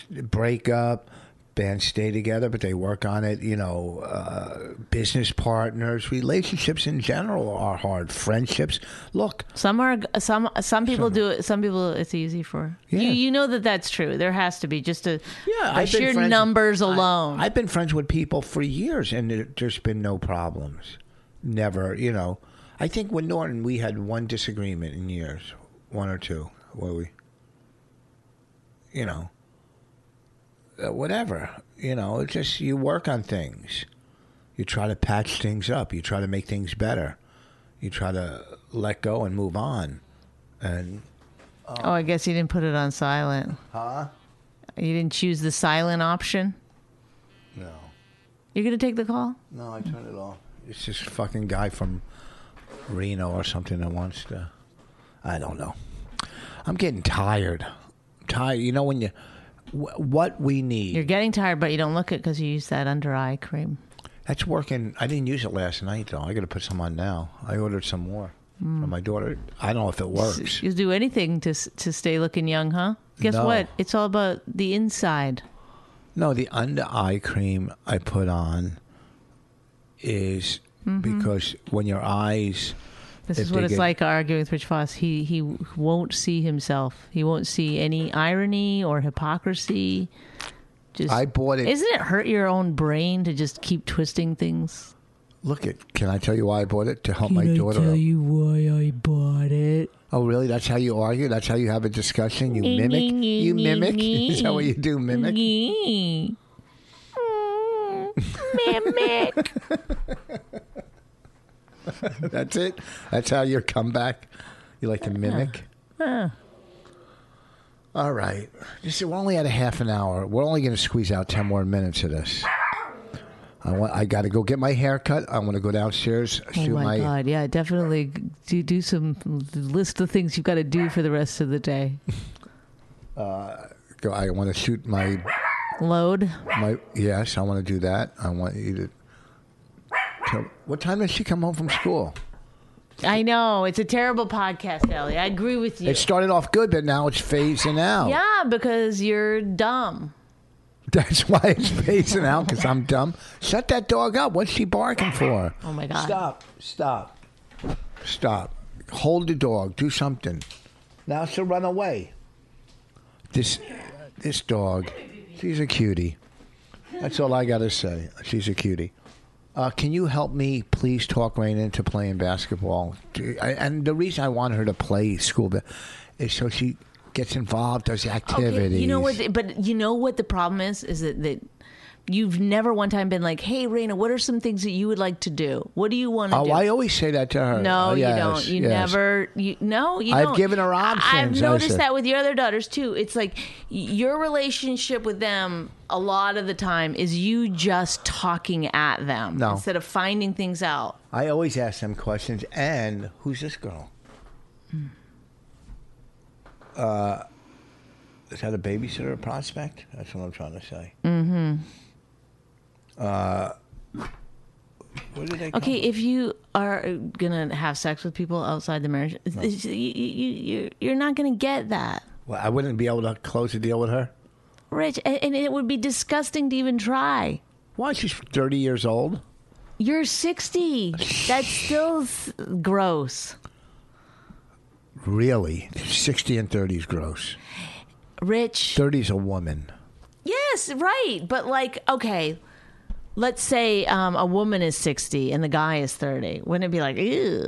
S4: breakup, bands stay together, but they work on it. You know, uh, business partners, relationships in general are hard. Friendships. Look,
S3: Some are some some people do it. Some people it's easy for
S4: Yeah.
S3: you. You know that that's true. There has to be just
S4: Yeah,
S3: a the
S4: I've been
S3: sheer
S4: friends-
S3: numbers
S4: I-
S3: alone.
S4: I've been friends with people for years, and there, there's been no problems. Never, you know. I think with Norton, we had one disagreement in years, one or two, where we, you know, uh, whatever, you know. It's just you work on things. You try to patch things up. You try to make things better. You try to let go and move on. And
S3: oh, I guess you didn't put it on silent. Huh? You didn't choose the silent option.
S4: no.
S3: You're gonna take the call.
S4: No, I turned it off. It's this fucking guy from Reno or something that wants to. I don't know. I'm getting tired. tired. You know when you. wh- What we need.
S3: You're getting tired, but you don't look it because you use that under eye cream.
S4: That's working. I didn't use it last night though. I got to put some on now. I ordered some more. for my daughter. I don't know if it works.
S3: You'll do anything to s- to stay looking young, huh? Guess
S4: No.
S3: what? It's all about the inside.
S4: No, the under eye cream I put on is because when your eyes.
S3: This
S4: If
S3: is what
S4: they
S3: it's
S4: get-
S3: like arguing with Rich Foss. He he won't see himself. He won't see any irony or hypocrisy. Just
S4: I bought it.
S3: Isn't it hurt your own brain to just keep twisting things?
S4: Look at. Can I tell you why I bought it to help my daughter? out?
S3: you why I bought it?
S4: Oh, really? That's how you argue? That's how you have a discussion? You mimic? You mimic? <laughs> Is that what you do? Mimic? <laughs>
S3: Mimic.
S4: That's it? That's how your comeback? You like to mimic? All right. You see, we're only at a half an hour. We're only going to squeeze out 10 more minutes of this. I want. I got to go get my hair cut. I want to go downstairs.
S3: Oh
S4: shoot
S3: my, god! Yeah, definitely do do some list of things you've got to do for the rest of the day.
S4: Go, I want to shoot my
S3: Load.
S4: my. Yes, I want to do that. I want you to. Tell, what time does she come home from school?
S3: I know it's a terrible podcast, Ellie. I agree with you.
S4: It <laughs> started off good, but now it's phasing out.
S3: Yeah, because you're dumb.
S4: <laughs> That's why it's facing out because I'm dumb. Shut that dog up. What's she barking for?
S3: Oh my god.
S4: Stop. Stop. Stop. Hold the dog. Do something. Now she'll run away. This this dog. She's a cutie. That's all I gotta say. She's a cutie. Uh, can you help me please talk Rain into playing basketball? Do- I- And the reason I want her to play school ba- is so she gets involved, does activities.
S3: Okay, you know what? the- but you know what the problem is? Is that, that you've never one time been like, "Hey, Raina, what are some things that you would like to do? What do you want to
S4: Oh,
S3: do?"
S4: I always say that to her.
S3: no,
S4: Oh, yes,
S3: you don't. You
S4: yes.
S3: never. You no. You
S4: I've
S3: don't.
S4: given her options,
S3: I've
S4: I
S3: noticed
S4: said.
S3: that with your other daughters too. It's like y- your relationship with them a lot of the time is you just talking at them
S4: No.
S3: instead of finding things out.
S4: I always ask them questions. And who's this girl?
S3: Hmm.
S4: Uh, is that a babysitter prospect? That's what I'm trying to say. Mm-hmm. Uh, what did they? call
S3: Okay, if you are gonna have sex with people outside the marriage, it's- you, you, you, you're not gonna get that.
S4: Well, I wouldn't be able to close a deal with her.
S3: Rich, and, and it would be disgusting to even try.
S4: Why? She's 30 years old. <laughs>
S3: You're 60. That's still s- gross.
S4: Really, 60 and 30 is gross.
S3: Rich.
S4: 30 is a woman.
S3: Yes, right. But like, okay, let's say um, a woman is 60 and the guy is 30. Wouldn't it be like, ew?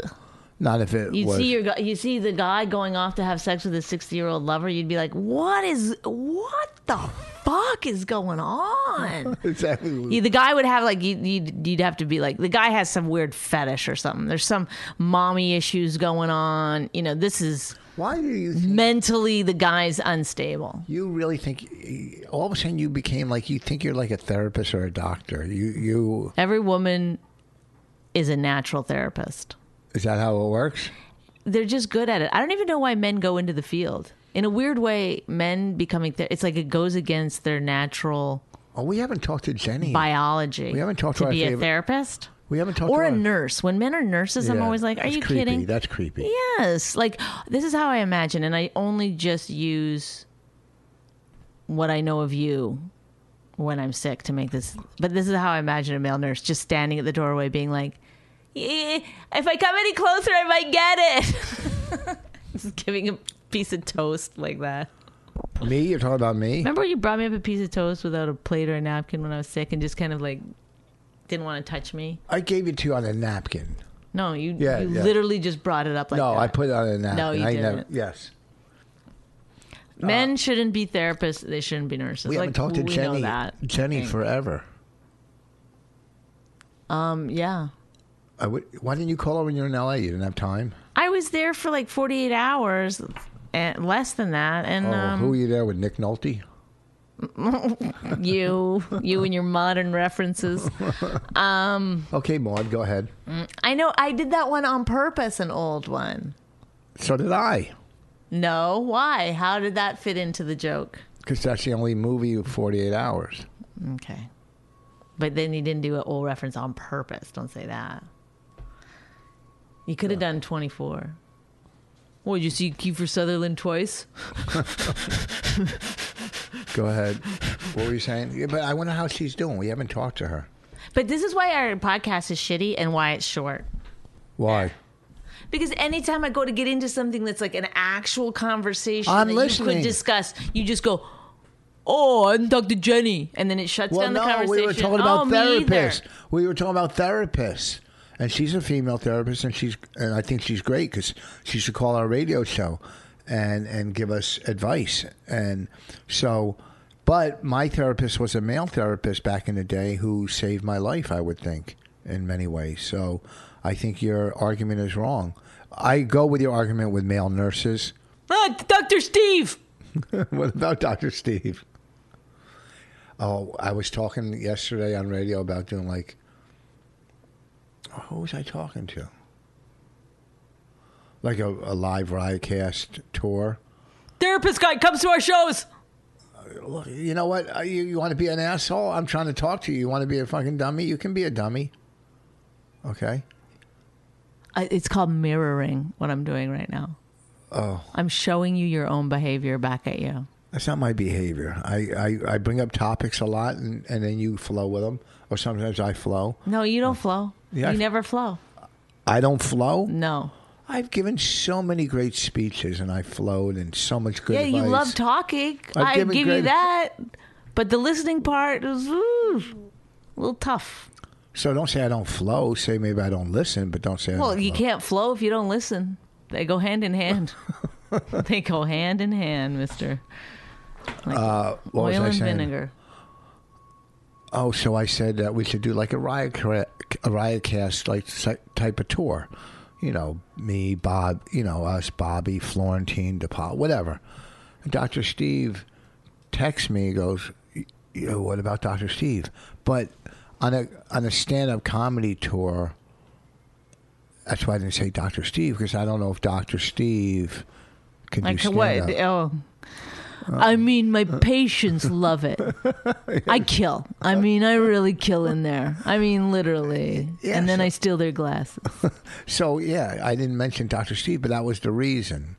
S4: Not if it
S3: You
S4: was.
S3: see your gu- you see the guy going off to have sex with his 60-year-old lover, you'd be like, "What is what the fuck is going on?"
S4: <laughs> exactly. what-
S3: Yeah, the guy would have like you, you'd, you'd have to be like the guy has some weird fetish or something. There's some mommy issues going on. You know, this is
S4: Why do you think
S3: mentally the guy's unstable.
S4: You really think all of a sudden you became like you think you're like a therapist or a doctor. You you
S3: Every woman is a natural therapist.
S4: is that how it works?
S3: They're just good at it. I don't even know why men go into the field. In a weird way, men becoming ther- it's like it goes against their natural
S4: Oh, we haven't talked to Jenny.
S3: biology.
S4: We haven't talked to
S3: to
S4: our
S3: be a
S4: favorite-
S3: therapist
S4: We haven't talked
S3: or
S4: to
S3: a
S4: our-
S3: nurse. When men are nurses, I'm
S4: Yeah,
S3: always like, "Are
S4: that's
S3: you
S4: creepy.
S3: kidding?"
S4: That's creepy.
S3: Yes. Like this is how I imagine and I only just use what I know of you when I'm sick to make this. But this is how I imagine a male nurse just standing at the doorway, being like, "Eh, "If I come any closer, I might get it." <laughs> just giving a piece of toast like that.
S4: Me? You're talking about me?
S3: Remember when you brought me up a piece of toast without a plate or a napkin when I was sick and just kind of like didn't want to touch me?
S4: I gave it to you on a napkin.
S3: No, you
S4: Yeah,
S3: you
S4: yeah.
S3: literally just brought it up like
S4: no,
S3: that.
S4: I put it on a napkin.
S3: you
S4: I
S3: didn't.
S4: yes.
S3: Men shouldn't be therapists. They shouldn't be nurses.
S4: We
S3: like,
S4: haven't talked to
S3: we
S4: Jenny
S3: Know that.
S4: Jenny
S3: Thank-
S4: forever.
S3: Um, yeah.
S4: I would, why didn't you call her when you were in LA? You didn't have time?
S3: I was there for like 48 hours, and less than that. And
S4: Oh,
S3: um,
S4: who were you there with? Nick Nolte? <laughs>
S3: <laughs> you, you and your modern references.
S4: Okay, Maud, go ahead.
S3: I know I did that one on purpose, an old one.
S4: So did I.
S3: No, why? How did that fit into the joke?
S4: Because that's the only movie of 48 hours.
S3: Okay. But then you didn't do an old reference on purpose. Don't say that. You could have done 24. Well, you see Kiefer Sutherland twice?
S4: Go
S3: <laughs>
S4: ahead. what were you saying? Yeah, but I wonder how she's doing. We haven't talked to her.
S3: But this is why our podcast is shitty and why it's short.
S4: Why?
S3: Because anytime I go to get into something that's like an actual conversation
S4: I'm
S3: that you
S4: listening.
S3: could discuss, you just go, "Oh, I'm Dr. Jenny," and then it shuts
S4: Well,
S3: down the
S4: no,
S3: conversation.
S4: we were talking
S3: oh,
S4: about
S3: me either.
S4: therapists. We were talking about therapists, and she's a female therapist, and she's and I think she's great because she should call our radio show and and give us advice. And so, but my therapist was a male therapist back in the day who saved my life. I would think in many ways. So I think your argument is wrong. I go with your argument with male nurses.
S3: Ah, Dr. Steve.
S4: <laughs> what about Dr. Steve? Oh, I was talking yesterday on radio about doing like. Who was I talking to? Like a, a live Riotcast tour.
S3: Therapist guy comes to our shows.
S4: Look, you know what? Uh, You, you want to be an asshole? I'm trying to talk to you. You want to be a fucking dummy? You can be a dummy. Okay.
S3: I- It's called mirroring what I'm doing right now. Oh. I'm showing you your own behavior back at you.
S4: That's not my behavior. I, I, I bring up topics a lot and, and then you flow with them, or sometimes I flow.
S3: No, you don't flow.
S4: Oh. Yeah,
S3: you
S4: I-
S3: never flow.
S4: I don't flow.
S3: No.
S4: I've given so many great speeches and I flowed and so much good
S3: Yeah,
S4: advice.
S3: you love talking.
S4: I've
S3: I give
S4: given
S3: you
S4: great-
S3: that. But the listening part is ooh, a little tough.
S4: so don't say I don't flow. Say maybe I don't listen, but don't say I
S3: Well,
S4: don't
S3: you
S4: flow.
S3: can't flow if you don't listen. They go hand in hand. <laughs> they go hand in hand, mister. Like
S4: Uh, What was
S3: oil
S4: I
S3: and
S4: saying?
S3: vinegar.
S4: Oh, so I said that we should do like a riot cra- a riotcast like si- type of tour. You know, me, Bob, you know, us, Bobby, Florentine, DePaul, whatever. And Dr. Steve texts me and goes, "Y- you know, what about Dr. Steve? But on a on a stand up comedy tour, that's why I didn't say Dr. Steve because I don't know if Dr. Steve can
S3: Like
S4: do
S3: what?
S4: stand up.
S3: Oh. I mean, my patients
S4: <laughs>
S3: love it. I kill. I mean, I really kill in there. I mean, literally.
S4: Yeah,
S3: and then
S4: so-
S3: I steal their glasses.
S4: So yeah, I didn't mention Dr. Steve, but that was the reason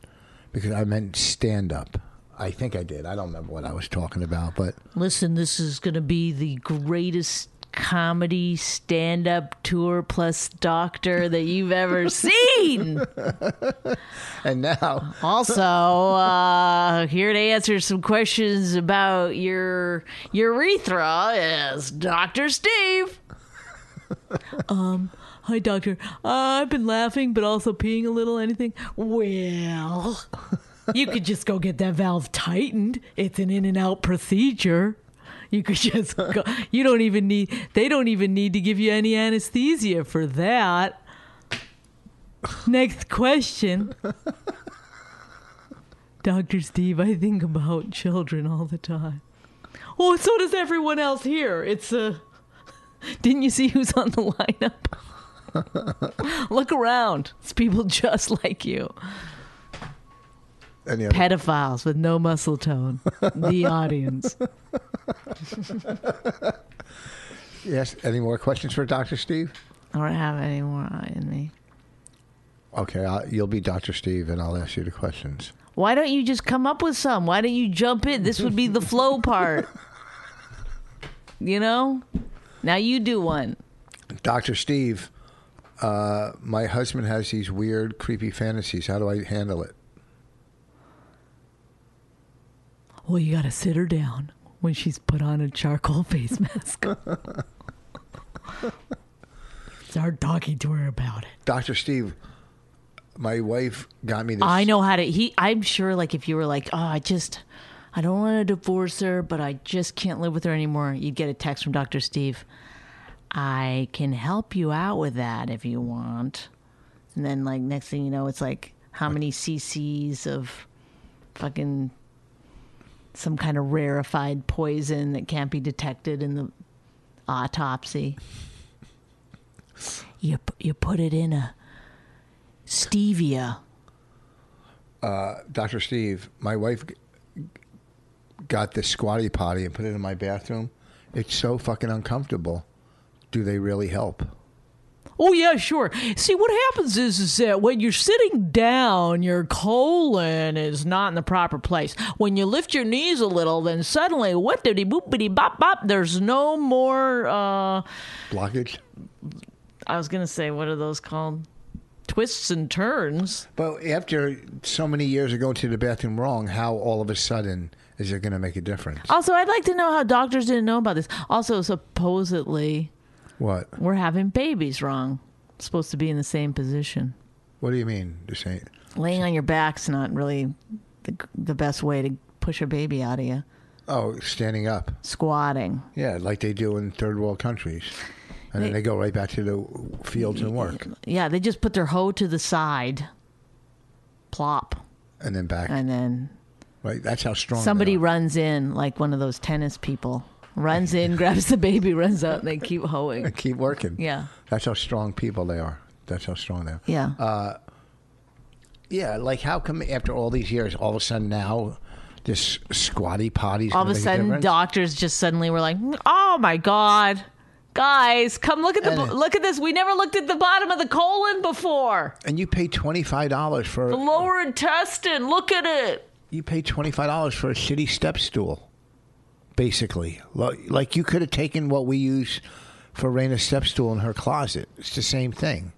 S4: because I meant stand up. I think I did. I don't remember what I was talking about, but
S3: Listen, this is going to be the greatest comedy stand up tour plus doctor that you've ever seen.
S4: and now
S3: Also, uh, here to answer some questions about your urethra is Dr. Steve. um, hi, doctor. Uh, I've been laughing, but also peeing a little. Anything? Well, you could just go get that valve tightened. It's an in and out procedure. You could just go. You don't even need. They don't even need to give you any anesthesia for that. Next question. Dr. Steve, I think about children all the time. Oh, so does everyone else here. It's Uh, <laughs> didn't you see who's on the lineup? <laughs> Look around. It's people just like you.
S4: any other,
S3: Pedophiles with no muscle tone. The audience.
S4: yes, any more questions for Dr. Steve?
S3: I don't have any more in me.
S4: Okay, i you'll be Dr. Steve, and I'll ask you the questions.
S3: Why don't you just come up with some? Why don't you jump in? This would be the flow part. You know? Now you do one.
S4: Dr. Steve, uh, my husband has these weird, creepy fantasies. How do I handle it?
S3: Well, you got to sit her down when she's put on a charcoal <laughs> face mask. Start talking to her about it.
S4: Dr. Steve, my wife got me this.
S3: I know how to. He, I'm sure. Like if you were like, oh, I just, I don't want to divorce her, but I just can't live with her anymore. You'd get a text from Doctor Steve. I can help you out with that if you want. And then like next thing you know, it's like how many cc's of fucking some kind of rarefied poison that can't be detected in the autopsy. You p- you put it in a stevia.
S4: Dr. Steve, my wife g- got this squatty potty and put it in my bathroom. It's so fucking uncomfortable. Do they really help?
S3: Oh yeah, sure. See, what happens is is that when you're sitting down, your colon is not in the proper place. When you lift your knees a little, then suddenly, what did boopity bop bop? There's no more. uh
S4: Blockage?
S3: I was gonna say, what are those called? Twists and turns.
S4: But after so many years of going to the bathroom wrong, how all of a sudden is it going to make a difference?
S3: Also, I'd like to know how doctors didn't know about this. Also, supposedly,
S4: What?
S3: we're having babies wrong. Supposed to be in the same position.
S4: What do you mean? This ain't.
S3: Laying on your back's not really the, the best way to push a baby out of you.
S4: Oh, standing up.
S3: Squatting.
S4: Yeah, like they do in third world countries. And then they go right back to the fields and work
S3: Yeah, they just put their hoe to the side, plop,
S4: and then back.
S3: and then
S4: Right? That's how strong they
S3: somebody
S4: are.
S3: runs in like one of those tennis people. Runs in, <laughs> grabs the baby, runs out, and they keep hoeing.
S4: <laughs> Keep working.
S3: Yeah.
S4: That's how strong people they are. That's how strong they are.
S3: Yeah.
S4: Yeah, like how come after all these years, all of a sudden now this squatty potty's
S3: all of
S4: gonna
S3: a
S4: make
S3: sudden,
S4: difference?
S3: doctors just suddenly were like, "Oh my god, guys, come look at the
S4: And-
S3: look at this. We never looked at the bottom of the colon before.
S4: and you pay twenty five dollars for
S3: The lower intestine. Look at it.
S4: you pay twenty five dollars for a shitty step stool, basically. Lo- Like you could have taken what we use for Raina's step stool in her closet. It's the same thing.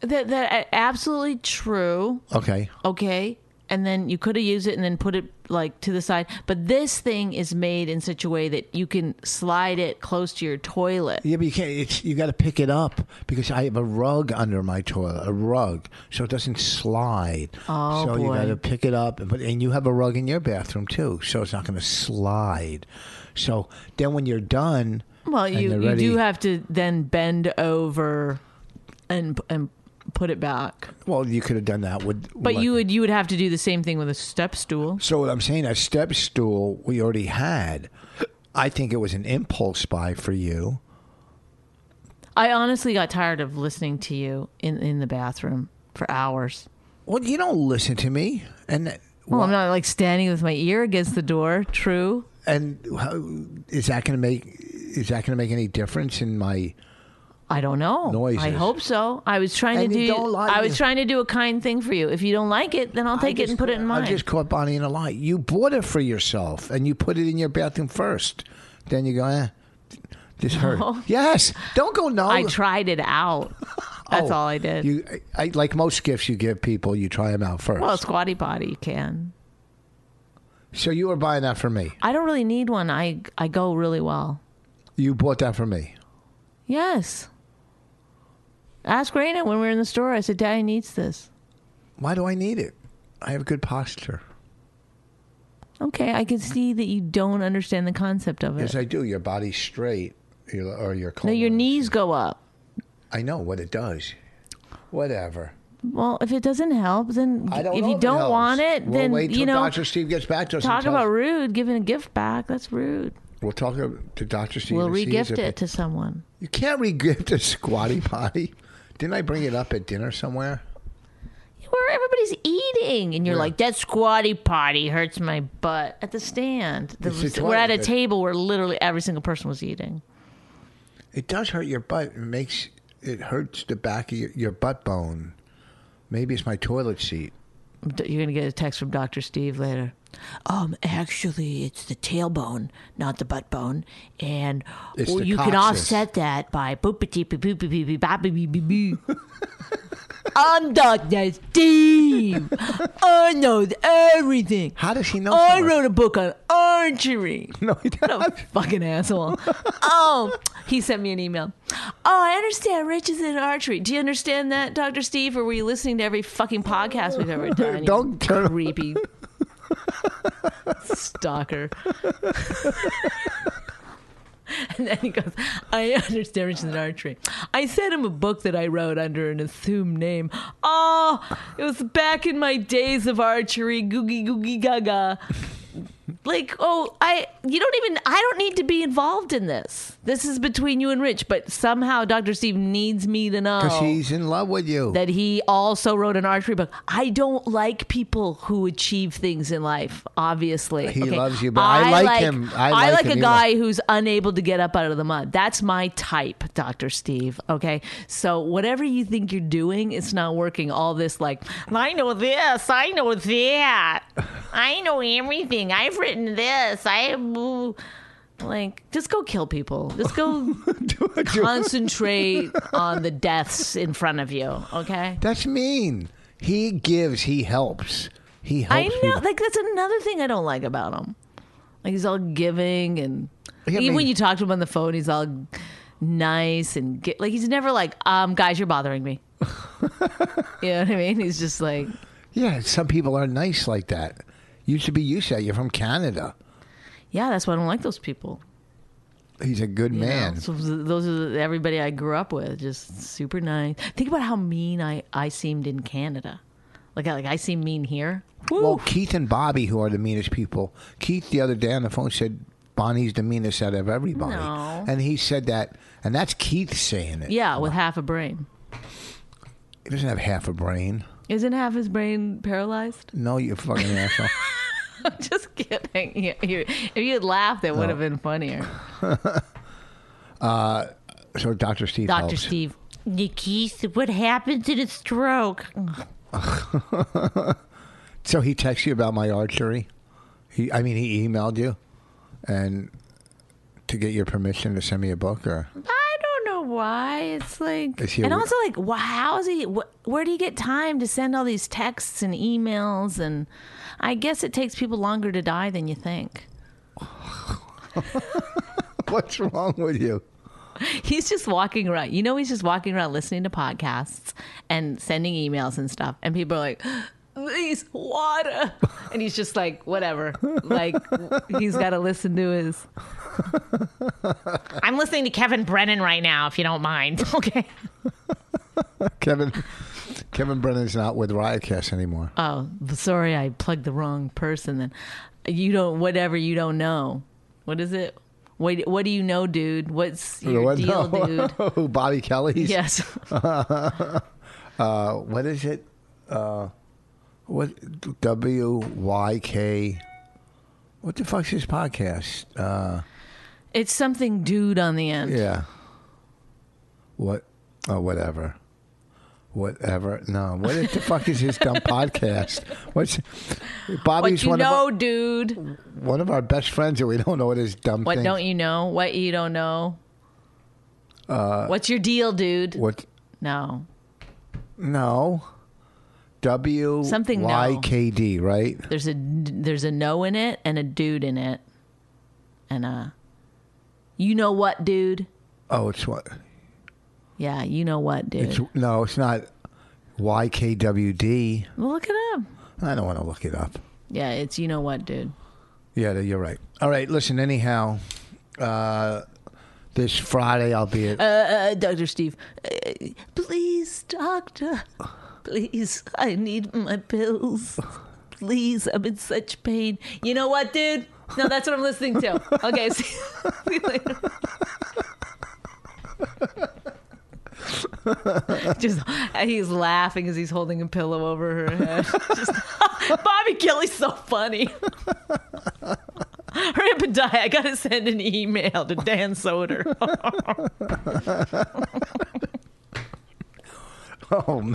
S3: That that absolutely true.
S4: Okay,
S3: okay and then you could have used it and then put it like to the side but this thing is made in such a way that you can slide it close to your toilet
S4: Yeah, but you can't. It's, you got to pick it up because I have a rug under my toilet, a rug, so it doesn't slide.
S3: Oh,
S4: so you
S3: boy.
S4: got to pick it up, but and you have a rug in your bathroom too, so it's not going to slide. So then, when you're done,
S3: well
S4: and
S3: you,
S4: you're
S3: you
S4: ready-
S3: do have to then bend over and and put it back
S4: Well, you could have done that with.
S3: but you would you would have to do the same thing with a step stool
S4: So what I'm saying, a step stool we already had. I think it was an impulse buy for you.
S3: i honestly got tired of listening to you in in the bathroom for hours
S4: Well, you don't listen to me, and
S3: well i'm not like standing with my ear against the door true
S4: and how, is that going to make is that going to make any difference in my?
S3: I don't know.
S4: Noises.
S3: I hope so. I was trying
S4: And
S3: to
S4: you
S3: do.
S4: don't like
S3: I was
S4: it.
S3: trying to do a kind thing for you. If you don't like it, then I'll take
S4: I
S3: it and
S4: just-
S3: put it in mine.
S4: I just caught Bonnie in a lie. You bought it for yourself, and you put it in your bathroom first. Then you go, eh, this hurt. Yes, don't go no.
S3: I tried it
S4: <laughs>
S3: out. That's
S4: Oh,
S3: all I did.
S4: You, I, I- like most gifts you give people, you try them out first.
S3: well, squatty potty you can.
S4: so you were buying that for me.
S3: I don't really need one. I I go really well.
S4: You bought that for me.
S3: Yes. Ask Raina when we were in the store. I said, "Daddy needs this."
S4: Why do I need it? I have good posture.
S3: Okay, I can see that you don't understand the concept of it.
S4: Yes, I do. Your body's straight, your, or your
S3: no,
S4: colon.
S3: your knees go up.
S4: I know what it does. Whatever.
S3: Well, if it doesn't help, then
S4: I don't
S3: if
S4: know
S3: you
S4: it
S3: don't
S4: helps.
S3: want it,
S4: We'll
S3: then
S4: wait till
S3: you know.
S4: Doctor Steve gets back to us. and
S3: Talk
S4: tells-
S3: about rude, giving a gift back. That's rude.
S4: We'll talk to Doctor Steve.
S3: we'll
S4: and see his
S3: regift
S4: opinion.
S3: it to someone.
S4: You can't regift a squatty <laughs> potty. Didn't I bring it up at dinner somewhere?
S3: Where everybody's eating, and you're like, that squatty potty hurts my butt at the stand. The-
S4: It's the
S3: we're at a
S4: toilet.
S3: table where literally every single person was eating.
S4: It does hurt your butt. It makes it hurts the back of your, your butt bone. Maybe it's my toilet seat.
S3: You're gonna get a text from Doctor Steve later. Um, actually, it's the tailbone, not the butt bone, and
S4: It's
S3: or
S4: the
S3: you can
S4: coccyx.
S3: offset that by boop a boop boop boop boop boop boop. I'm Doctor Steve. I know everything.
S4: How does he know?
S3: I
S4: so much?
S3: wrote a book on archery.
S4: <laughs> No, he
S3: What
S4: <laughs>
S3: a
S4: doesn't.
S3: fucking asshole. oh, he sent me an email. Oh, I understand Rich is in archery. Do you understand that, Dr. Steve? Or were you listening to every fucking podcast we've ever done? you
S4: Don't turn-
S3: creepy
S4: <laughs>
S3: stalker. <laughs> And then he goes, I understand Richard's an archery. I sent him a book that I wrote under an assumed name. Oh, it was back in my days of archery, googie googie gaga. <laughs> Like, oh, I, you don't even, I don't need to be involved in this. This is between you and Rich, but somehow Dr. Steve needs me to know
S4: Because he's in love with you.
S3: Oh. that he also wrote an archery book. I don't like people who achieve things in life. Obviously,
S4: He loves you, but I like him. I like
S3: like
S4: him.
S3: a
S4: He
S3: guy who's unable to get up out of the mud. That's my type, Doctor Steve. Okay, so whatever you think you're doing, it's not working. All this like, I know this, I know that, I know everything. I've written this. I ooh." like just go kill people. Just
S4: <laughs>
S3: go concentrate on the deaths in front of you. Okay.
S4: That's mean. He gives. He helps. He
S3: I
S4: helps.
S3: know.
S4: people.
S3: Like that's another thing I don't like about him. Like he's all giving and
S4: Yeah, I
S3: even when
S4: mean-
S3: you talk to him on the phone, he's all nice and gi- like he's never like, um, guys, you're
S4: <laughs>
S3: bothering me. you know what I mean? He's just like,
S4: Yeah, some people are nice like that. You should be used to that. You're from Canada.
S3: yeah, that's why I don't like those people.
S4: He's a good
S3: you know?
S4: man.
S3: So th- those are the, everybody I grew up with, just super nice. Think about how mean I I seemed in Canada. Like I, like I seem mean here. Woo.
S4: Well, Keith and Bobby, who are the meanest people. Keith the other day on the phone said Bonnie's the meanest out of everybody,
S3: No.
S4: and he said that, and that's Keith saying it.
S3: yeah, with half a brain.
S4: He doesn't have half a brain.
S3: Isn't half his brain paralyzed?
S4: No, you fucking
S3: <laughs>
S4: asshole.
S3: I'm <laughs> just kidding. You- you- if you had laughed, that would have been funnier.
S4: So Doctor Steve
S3: Dr.
S4: helps.
S3: Steve. Nikis, what happened to the stroke?
S4: So he texted you about my archery. He, I mean, he emailed you, and to get your permission to send me a book, or <laughs>
S3: I don't know why. It's like,
S4: Is he
S3: and
S4: a-
S3: also like, wh- how is he? Wh- where do you get time to send all these texts and emails? And I guess it takes people longer to die than you think.
S4: what's wrong with you?
S3: He's just walking around. You know, he's just walking around listening to podcasts and sending emails and stuff. And people are like, please, water. And he's just like, whatever. Like, he's got to listen to his. I'm listening to Kevin Brennan right now, if you don't mind. <laughs> Okay.
S4: Kevin, Kevin Brennan's not with Riotcast anymore.
S3: Oh, sorry, I plugged the wrong person then. You don't, whatever you don't know. What is it? What, what do you know, dude? What's your
S4: What?
S3: deal,
S4: No. <laughs>
S3: dude?
S4: Bobby Kelly's.
S3: Yes.
S4: <laughs> Uh, what is it? Uh, what W Y K? What the fuck's this podcast? Uh,
S3: It's something dude on the end.
S4: yeah. What? Oh, whatever. Whatever. No. What the fuck is this dumb podcast? What's
S3: What
S4: Bobby's
S3: you
S4: one of
S3: know,
S4: our,
S3: dude.
S4: one of our best friends, and we don't know what his dumb
S3: What
S4: thing.
S3: don't you know? What you don't know?
S4: Uh,
S3: What's your deal, dude?
S4: What?
S3: no.
S4: No. W
S3: Something no.
S4: Y K D. Right.
S3: There's a there's a no in it and a dude in it. And uh You know what, dude?
S4: Oh, it's what?
S3: Yeah, you know what, dude.
S4: It's no. It's not. Y K W D.
S3: well, look it up.
S4: I don't want to look it up.
S3: Yeah, it's you know what, dude.
S4: Yeah, you're right. All right, listen, anyhow, uh, this Friday I'll be at.
S3: Uh, uh Dr. Steve. Uh, please, doctor. Please, I need my pills. Please, I'm in such pain. You know what, dude? No, that's what I'm listening to. Okay, <laughs> see, see you later. Just uh, he's laughing as he's holding a pillow over her head. <laughs> Just, Bobby Kelly's so funny. <laughs> Hurry up and die. I gotta send an email to Dan Soder. Uh,
S4: <laughs> Oh, man.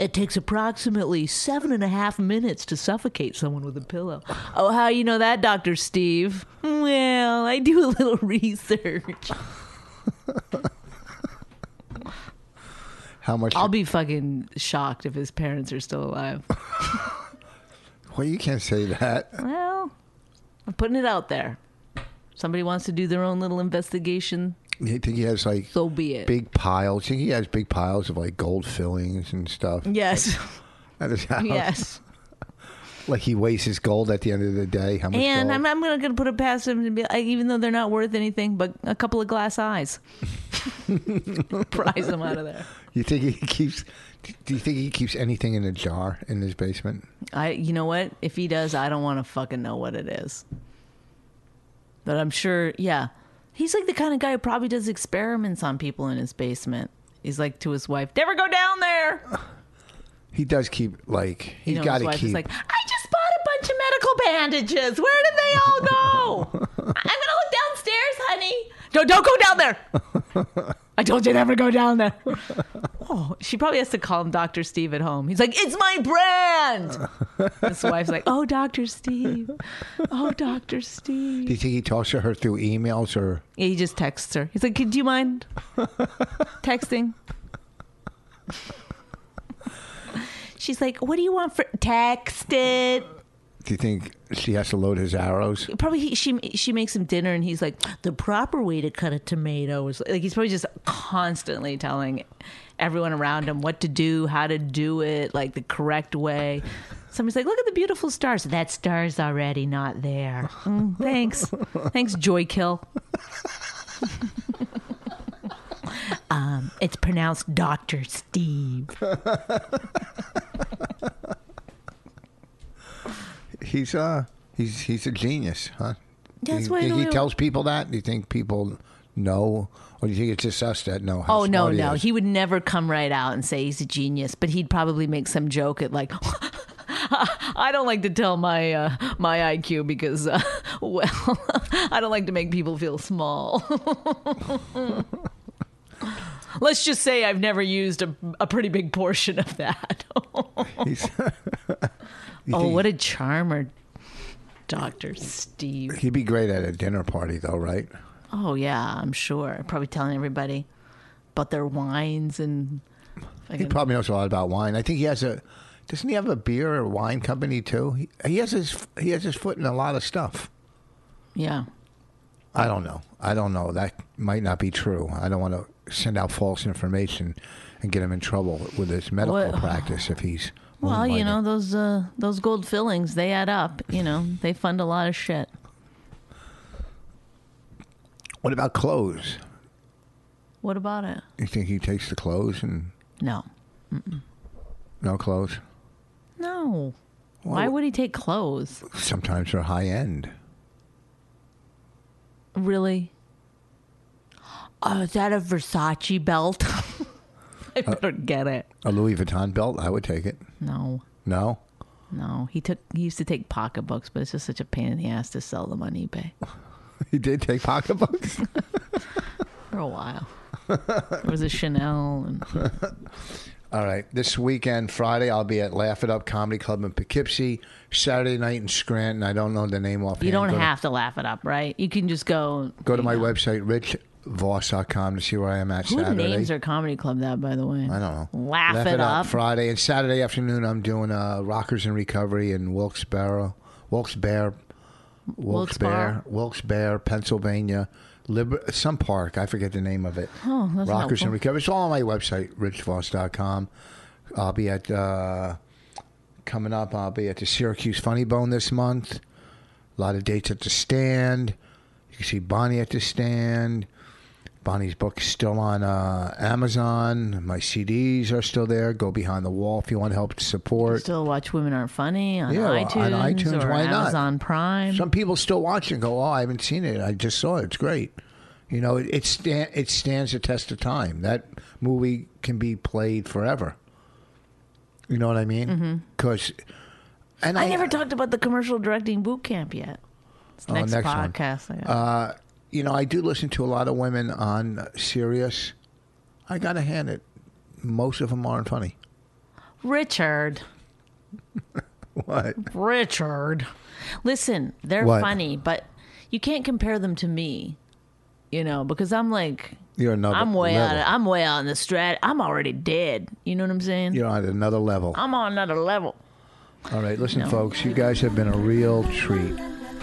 S3: It takes approximately seven and a half minutes to suffocate someone with a pillow. Oh, how you know that, Dr. Steve? Well, I do a little <laughs> research.
S4: How much?
S3: I'll be fucking shocked if his parents are still alive.
S4: well, you can't say that.
S3: Well, I'm putting it out there. Somebody wants to do their own little investigation,
S4: You think he has like
S3: so be it.
S4: big piles? You think he has big piles of like gold fillings and stuff
S3: yes.
S4: at his house?
S3: <laughs> Yes.
S4: Like he wastes his gold at the end of the day. How much?
S3: And
S4: gold?
S3: I'm, I'm going to put it past him to be like, even though they're not worth anything, but a couple of glass eyes. <laughs> Prize them out of there.
S4: You think he keeps? Do you think he keeps anything in a jar in his basement?
S3: I, you know what? If he does, I don't want to fucking know what it is. But I'm sure, yeah. He's like the kind of guy who probably does experiments on people in his basement. He's like to his wife, never go down there.
S4: He does keep like
S3: You
S4: he's
S3: know,
S4: got
S3: his
S4: to
S3: wife
S4: keep.
S3: is like, I just bought a bunch of medical bandages. Where did they
S4: <laughs>
S3: all go? I'm gonna look downstairs, honey. No, don't go down there. I told you never to go down there. Oh, she probably has to call him Doctor Steve at home. He's like, it's my brand. His wife's like, oh, Doctor Steve. Oh, Doctor Steve.
S4: do you think he talks to her through emails or?
S3: Yeah, he just texts her. He's like, do you mind texting? She's like, what do you want for text it?
S4: Do you think she has to load his arrows?
S3: probably he, she she makes him dinner and he's like the proper way to cut a tomato is like he's probably just constantly telling everyone around him what to do how to do it like the correct way somebody's like look at the beautiful stars that star's already not there Mm, thanks thanks joy kill um, it's pronounced dr steve
S4: He's uh he's he's a genius, huh? Do
S3: That's
S4: you
S3: why I
S4: think
S3: don't
S4: he
S3: know-
S4: tells people that. Do you think people know, or do you think it's just us that know? How
S3: Oh no,
S4: smart he
S3: no,
S4: is?
S3: he would never come right out and say he's a genius, but he'd probably make some joke at like, <laughs> I don't like to tell my uh, my IQ because, uh, <laughs> well, I don't like to make people feel small. <laughs> Let's just say I've never used a, a pretty big portion of that. <laughs>
S4: He's- <laughs> You
S3: oh,
S4: think
S3: what a charmer, Doctor Steve.
S4: He'd be great at a dinner party, though, right?
S3: Oh yeah, I'm sure. Probably telling everybody about their wines and.
S4: He
S3: fucking-
S4: probably knows a lot about wine. I think he has a. Doesn't he have a beer or wine company too? He, he has his he has his foot in a lot of stuff.
S3: Yeah.
S4: I don't know. I don't know. That might not be true. I don't want to send out false information and get him in trouble with his medical
S3: <sighs> What-
S4: practice if he's.
S3: Well,
S4: moonlighting.
S3: you know those uh, those gold fillings, they add up. You know, they fund a lot of shit.
S4: What about clothes?
S3: What about it?
S4: You think he takes the clothes and
S3: No,
S4: no clothes?
S3: no. Why would he take clothes?
S4: Sometimes they're high end.
S3: Really? Oh, is that a Versace belt? <laughs> I better get it.
S4: A Louis Vuitton belt, I would take it.
S3: No,
S4: No, <laughs>
S3: no. He took. He used to take pocketbooks, but it's just such a pain in the ass to sell them on eBay
S4: he did take pocketbooks. <laughs>
S3: for a <laughs> while. There was a Chanel and
S4: All right. This weekend, Friday, I'll be at Laugh It Up Comedy Club in Poughkeepsie. Saturday night in Scranton. I don't know the name off.
S3: you don't have to laugh it up, right? You can just go.
S4: To, go to my
S3: website.
S4: website, richvoss.com, to see where I am at
S3: Who
S4: Saturday.
S3: names their comedy club that, by the way?
S4: I don't know.
S3: Laugh, it, up.
S4: Friday and Saturday afternoon. I'm doing uh, Rockers in Recovery in Wilkes Barre, Wilkes Barre, Wilkes Barre,
S3: Wilkes-Barre?
S4: Wilkes Barre, Pennsylvania. Liber- some park, I forget the name of it.
S3: Oh, that's
S4: Rockers in
S3: helpful.
S4: Recovery. It's all on my website, richvoss.com. I'll be at uh, coming up. I'll be at the Syracuse Funny Bone this month. A lot of dates at the stand. You can see Bonnie at the stand. Bonnie's book is still on uh, Amazon. My CDs are still there. Go behind the wall if you want help to support.
S3: Still watch Women Aren't Funny on
S4: Yeah, on
S3: iTunes,
S4: iTunes,
S3: or
S4: why not?
S3: Amazon Prime.
S4: Some people still watch and go, "Oh, I haven't seen it. I just saw it. It's great." You know, it it, sta- it stands the test of time. That movie can be played forever. You know what I mean? Because, and I,
S3: Mm-hmm. I never talked about the commercial directing boot camp yet. It's
S4: Oh,
S3: next,
S4: next one. Uh,
S3: podcast. I got.
S4: you know, I do listen to a lot of women on Sirius. I gotta hand it; most of them aren't funny. <laughs>
S3: Richard.
S4: What?
S3: Richard. Listen, they're
S4: What?
S3: funny, but you can't compare them to me. You know, because I'm like
S4: You're another.
S3: I'm way out
S4: level.
S3: of, I'm way out in the strat. I'm already dead. You know what I'm saying?
S4: You're on another level.
S3: I'm on another level.
S4: All right, listen, folks, you guys have been a real treat.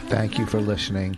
S4: Thank you for listening.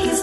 S2: He's